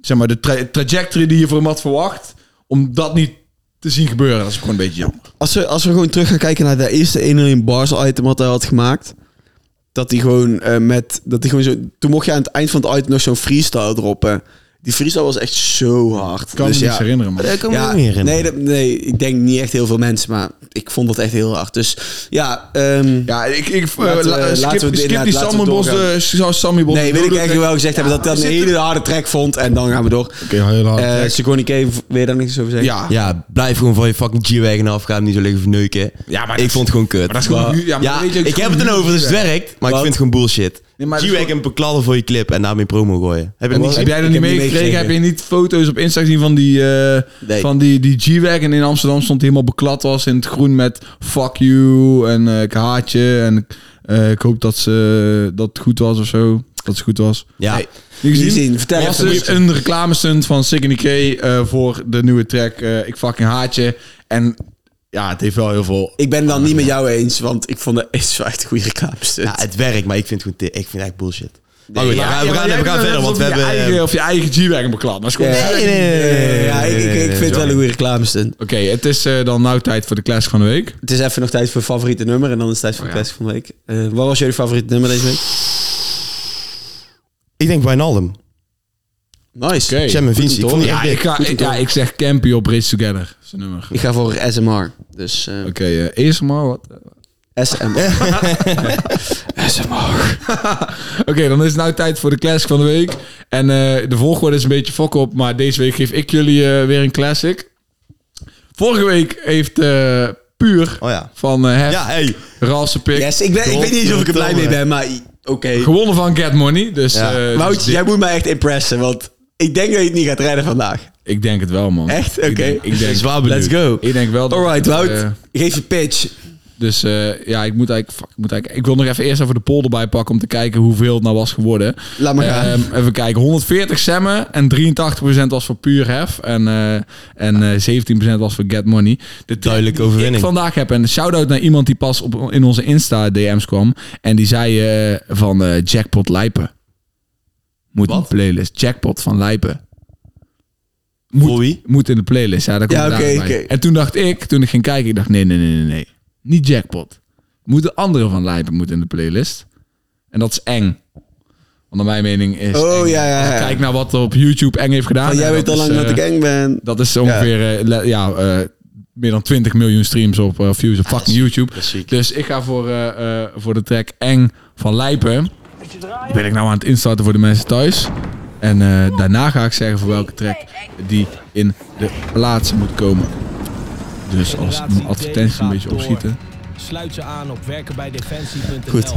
S1: zeg maar de tra- trajectory die je voor hem had verwacht, om dat niet te zien gebeuren. Dat is gewoon een beetje jammer.
S2: Als we, als we gewoon terug gaan kijken naar de eerste 1 miljoen bars item wat hij had gemaakt. Dat hij gewoon eh, met. Dat hij gewoon zo, toen mocht je aan het eind van het item nog zo'n freestyle droppen. Die freestyle was echt zo hard.
S1: Ik kan
S2: Dus
S1: me
S2: ja,
S1: niks herinneren, man.
S3: Daar kan ik me
S2: ja,
S3: Eh, ook niet herinneren.
S2: nee, dat- nee, ik denk niet echt heel veel mensen, maar ik vond dat echt heel hard. Dus ja, ehm,
S1: Ja, ik, ik eh,
S2: Laten we-
S1: la- skip,
S2: laten we dit-
S1: skip
S2: laten
S1: die
S2: we
S1: Sammy Bos,
S2: doorgaan.
S1: eh, zou Sammy Bos.
S2: nee, weet ik echt wel gezegd hebben dat ik dat
S1: maar
S2: een
S1: zit
S2: hele harde track vond. En dan gaan we door.
S1: Oké, heel hard.
S2: Eh Sigourney K, wil je daar niks over zeggen?
S1: ja.
S3: Ja, blijf gewoon van je fucking G-Wagon af. Ga hem niet zo liggen verneuken.
S1: Ja, maar
S3: ik
S1: dat-
S3: vond het gewoon kut.
S1: dat is gewoon nu- ja, maar
S3: ja,
S1: weet je, het is
S3: ik heb
S1: gewoon
S3: het
S1: nu-
S3: erover, dus het werkt. Maar
S2: Wat?
S3: ik vind het gewoon bullshit.
S1: Nee, maar het is
S3: G-Wagon bekladden voor je clip en daarmee promo gooien. Heb je dat niet
S1: Heb
S3: gezien?
S1: jij er
S2: Ik
S1: niet
S2: heb niet
S1: meegekregen? Heb
S2: meegekregen.
S1: je niet foto's op Insta gezien van die, eh,
S2: Nee.
S1: van die, die G-Wagon in Amsterdam stond die helemaal beklad was in het groen met fuck you en eh, ik haat je en eh, ik hoop dat, ze, dat het goed was of zo. Dat ze goed was.
S3: Ja.
S1: Nee, niet gezien?
S2: Niet gezien. Vertel
S1: was
S2: even.
S1: dus een reclamestunt van Sigourney K eh, voor de nieuwe track eh, Ik fucking haat je. En ja, het heeft wel heel veel...
S2: Ik ben het dan niet met jou eens, want ik vond het [laughs] is wel echt een goede reclame.
S3: ja, het werkt, maar ik vind het gewoon te- Ik vind het echt bullshit. Maar goed,
S1: eh, Ja, ja,
S3: we gaan, we
S1: maar
S3: gaan,
S1: jij
S3: we gaan
S1: doet
S3: verder,
S1: alsof
S3: want we
S1: je
S3: hebben... eh,
S1: Eigen, of je eigen G-Wagon beklad. Dat is gewoon...
S2: Ja.
S3: Nee, nee, nee, nee, nee, nee,
S2: Ja, ik, ik,
S3: nee,
S2: ik
S3: nee,
S2: vind het wel een goede reclame stunt.
S1: Oké, het is eh, dan nou tijd voor de classic van de week.
S2: Het is even nog tijd voor favoriete nummer en dan is het
S3: Oh,
S2: tijd voor Classic van de week. Eh, wat was jullie favoriete nummer deze week?
S3: eh, Ik denk Wijnaldum.
S2: Nice.
S1: Oké.
S3: Sam en Vinci. Ik vond die
S1: Ja,
S3: echt
S1: ik,
S3: dik.
S1: ga, ik, ja, ik zeg Campy op Race Together. Zijn nummer.
S2: Ik ga voor SMR. Dus eh,
S1: Oké, eh, eerst maar wat.
S2: SMR. SMR.
S1: Oké, dan is het nou tijd voor de classic van de week. En eh, de volgorde is een beetje fok op, maar deze week geef ik jullie eh, weer een classic. Vorige week heeft eh, Puur
S3: Oh ja.
S1: van eh Hef,
S3: Ja, hey.
S1: Ralse Pik,
S2: Yes, ik, ben, ik weet niet eens of ik er blij mee ben, maar i- oké.
S1: gewonnen van Get Money. Dus,
S3: Ja.
S1: eh, dus
S2: Wout,
S1: dit-
S2: jij moet mij echt impressen, want ik denk dat je het niet gaat redden vandaag.
S1: ik denk het wel, man.
S2: Echt?
S1: Ik
S2: Oké.
S1: denk- Ik
S3: Ik ben
S1: denk,
S3: zwaar benieuwd.
S2: Let's go.
S1: ik denk wel dat...
S2: Alright,
S1: eh,
S2: Wout. geef je pitch.
S1: Dus eh, ja, ik moet, eigenlijk, fuck, ik moet eigenlijk... Ik wil nog even eerst even de poll erbij pakken om te kijken hoeveel het nou was geworden.
S2: Laat maar gaan.
S1: Ehm, even kijken. 140 semmen en 83% was voor puur hef. En, eh, en eh, 17% was voor get money. De
S3: Duidelijke
S1: die
S3: overwinning.
S1: Ik vandaag heb een shout-out naar iemand die pas op, in onze Insta-DM's kwam. En die zei eh, van eh, Jackpot Lijpen. Moet in de playlist. Jackpot van Lijpen.
S3: Voor
S1: Moet,
S3: wie?
S1: moet in de playlist. Ja, daar komt
S2: Ja,
S1: het
S2: oké,
S1: dadelijk bij.
S2: oké.
S1: En toen dacht ik, toen ik ging kijken, ik dacht nee, nee, nee, nee. nee. Niet Jackpot. Moet de andere van Lijpen moet in de playlist. En dat is eng. Want naar mijn mening is
S2: Oh,
S1: eng.
S2: ja, ja,
S1: Als ik
S2: ja.
S1: Kijk naar wat er op YouTube eng heeft gedaan.
S2: Want jij
S1: en
S2: weet al
S1: is,
S2: lang dat
S1: eh,
S2: ik eng ben.
S1: Dat is ongeveer eh, le- ja, eh, meer dan 20 miljoen streams op eh, views op fucking YouTube.
S3: dat is ziek.
S1: Dus ik ga voor, eh, eh, voor de track Eng van Lijpen. Ben ik nou aan het instarten voor de mensen thuis. En eh, daarna ga ik zeggen voor welke track die in de plaats moet komen. Dus als mijn advertentie een beetje opschieten.
S5: Sluit ze aan op werkenbijdefensie.nl.
S2: Goed.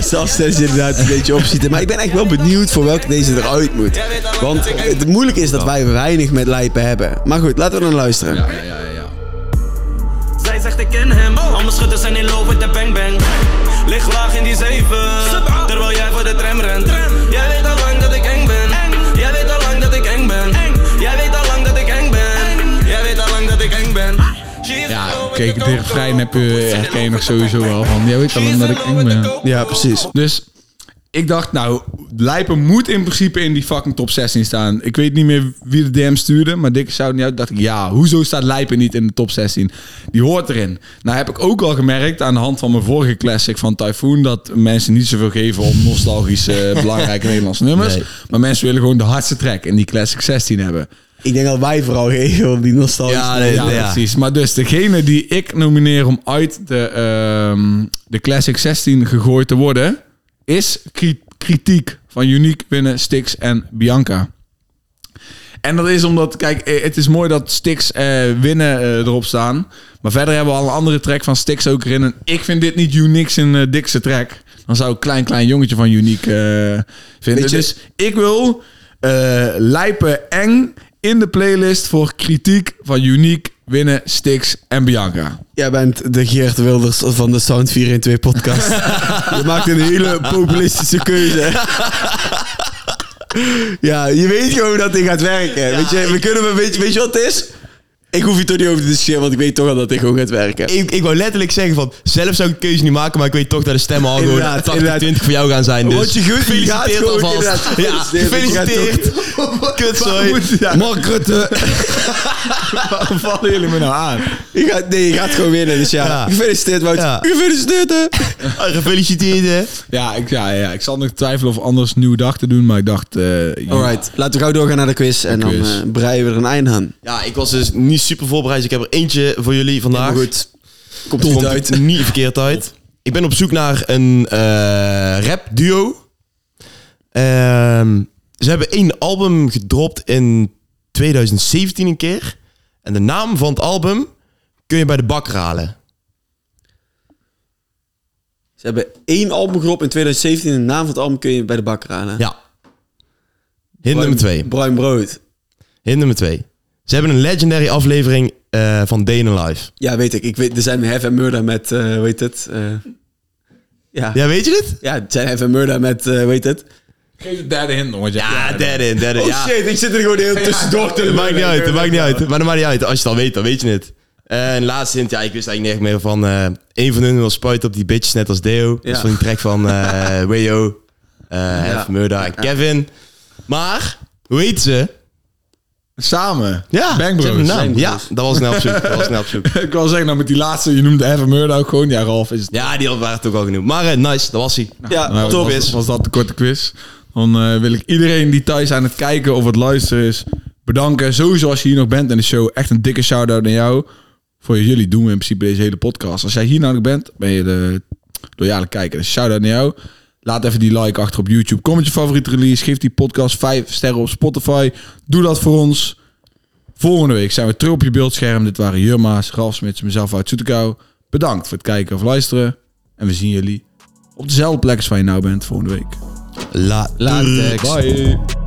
S2: Zelfs als je inderdaad een beetje opziet. Maar ik ben echt wel benieuwd voor welke deze eruit moet. Want het moeilijke is dat wij weinig met lijpen hebben. Maar goed, laten we dan luisteren.
S1: Ja, ja, ja, ja.
S6: Zij zegt ik ken hem. Al mijn schutters zijn in love with de bang bang. Lig laag in die zeven, terwijl jij voor de tram rent. Jij weet al lang dat ik eng ben. Jij weet al lang dat ik eng ben. Jij weet al lang dat ik eng Ah. ben. Jij weet al lang dat ik eng ben.
S1: Ja, kijk, de refrein heb je, eh, herken je nog sowieso wel van. Jij weet al lang dat ik eng ben.
S3: Ja, precies.
S1: Dus ik dacht, nou, Lijpen moet in principe in die fucking top 16 staan. Ik weet niet meer wie de DM stuurde, maar dikke zou niet uit. Dacht ik, ja, hoezo staat Lijpen niet in de top 16? Die hoort erin. Nou heb ik ook al gemerkt aan de hand van mijn vorige classic van Typhoon... dat mensen niet zoveel geven om nostalgische, [laughs] belangrijke Nederlandse nummers.
S3: Nee.
S1: Maar mensen willen gewoon de hardste track in die classic 16 hebben.
S2: Ik denk dat wij vooral [laughs] geven op die nostalgie.
S3: Ja, nee,
S1: Ja,
S3: ja.
S1: precies. Maar dus degene die ik nomineer om uit de, ehm, de Classic 16 gegooid te worden, is kri- kritiek van Unique winnen Stix en Bianca. En dat is omdat, kijk, eh, het is mooi dat Stix eh, winnen eh, erop staan. Maar verder hebben we al een andere track van Stix ook erin. En ik vind dit niet Unique's een eh, dikste track. Dan zou ik Klein Klein Jongetje van Unique eh, vinden.
S2: Weet je-
S1: Dus ik wil eh, Lijpen Eng in de playlist voor kritiek van Unique winnen Stix en Bianca.
S2: Jij bent de Geert Wilders van de Sound 412 podcast. je maakt een hele populistische keuze. ja, je weet gewoon dat dit gaat werken. weet, je, we kunnen, we- weet, je- weet je wat het is? Ik hoef hier toch niet over te discussiëren, want ik weet toch al dat dit gewoon gaat werken.
S3: Ik, ik wou letterlijk zeggen van, zelf zou ik de keuze niet maken, maar ik weet toch dat de stemmen al gewoon
S2: Inderdaad,
S3: 80,
S2: inderdaad.
S3: 20 voor jou gaan zijn. Dus
S2: Wat je gunt, die gaat
S3: gefeliciteerd
S2: gewoon
S3: alvast.
S2: inderdaad.
S3: Ja,
S2: Gefeliciteerd.
S3: gefeliciteerd. Kut, sorry.
S2: Mark Rutte.
S1: Waarom vallen jullie me nou aan?
S2: Je gaat, nee, je gaat gewoon winnen. Dus ja,
S3: Ja.
S2: gefeliciteerd Wout.
S3: Ja.
S2: Gefeliciteerd. hè.
S3: Ah, Gefeliciteerd, hè.
S1: Ja, ik, ja, ja, ik zal nog twijfelen of anders nieuw dag te doen, maar ik dacht... eh,
S2: Alright, laten we gauw doorgaan naar de quiz. En dan
S1: quiz.
S2: eh, breien we er een eind aan.
S3: Ja, ik was dus niet super voorbereid. dus Ik heb er eentje voor jullie vandaag.
S2: Maar goed, komt
S3: Komt
S2: goed
S3: het
S2: uit.
S3: niet verkeerd uit. Ik ben op zoek naar een eh rap duo. Ehm, ze hebben één album gedropt in 2017 een keer. En de naam van het album kun je bij de bakker halen.
S2: Ze hebben één album geropt in 2017. En de naam van het album kun je bij de bakker halen.
S3: Ja. Hint
S2: Bruin-
S3: nummer twee.
S2: Bruin brood.
S3: Hint nummer twee. Ze hebben een legendary aflevering eh, van Day in the Life.
S2: Ja, weet ik. ik weet, er zijn Have and Murder met, eh weet het? eh, ja. ja.
S3: Ja, weet je dit?
S2: er zijn Have and Murder met, eh weet het?
S1: Geef de derde hint nog, want
S3: Ja, dead in, dead in. [laughs] ja.
S2: Ah, Oh, shit, ik zit er gewoon heel tussendoor te
S3: Dat maakt niet uit, dat maakt niet uit. Maar dat maakt niet uit. Als je het al weet, dan weet je het. En laatste hint, ja, ik wist eigenlijk niet echt meer van... eh een van hun wil spuiten op die bitches, net als Deo. Dat is
S2: Ja.
S3: van die track
S2: [laughs]
S3: van eh Wayo, eh Have Murder en Kevin. Maar, hoe heet ze?
S1: Samen.
S3: Ja,
S1: Bang
S3: ze
S1: Bros.
S3: hebben een naam.
S2: Bang
S3: Ja,
S2: Bros.
S3: dat
S2: [laughs]
S3: was snel op zoek. Dat was snel op zoek.
S1: ik wil zeggen, nou met die laatste, je noemde Evan Murder ook gewoon. Ja, Ralf is het.
S3: Ja, die had- waren toch al genoeg. Maar eh, nice, dat was hij.
S2: Ja,
S1: Nou,
S2: top
S1: was,
S2: is.
S1: Was dat de korte quiz? Dan eh, wil ik iedereen die thuis aan het kijken of het luisteren is bedanken. Sowieso als je hier nog bent in de show. Echt een dikke shout-out aan jou. Voor jullie doen we in principe deze hele podcast. Als jij hier nou nog bent, ben je de loyale kijker. Dus shout-out naar jou. Laat even die like achter op YouTube. Comment je favoriete release. Geef die podcast 5 sterren op Spotify. Doe dat voor ons. Volgende week zijn we terug op je beeldscherm. Dit waren Jurma's, Ralf Smits, mezelf uit Zoetekau. Bedankt voor het kijken of luisteren. En we zien jullie op dezelfde plek als waar je nou bent volgende week.
S3: La
S1: Bye.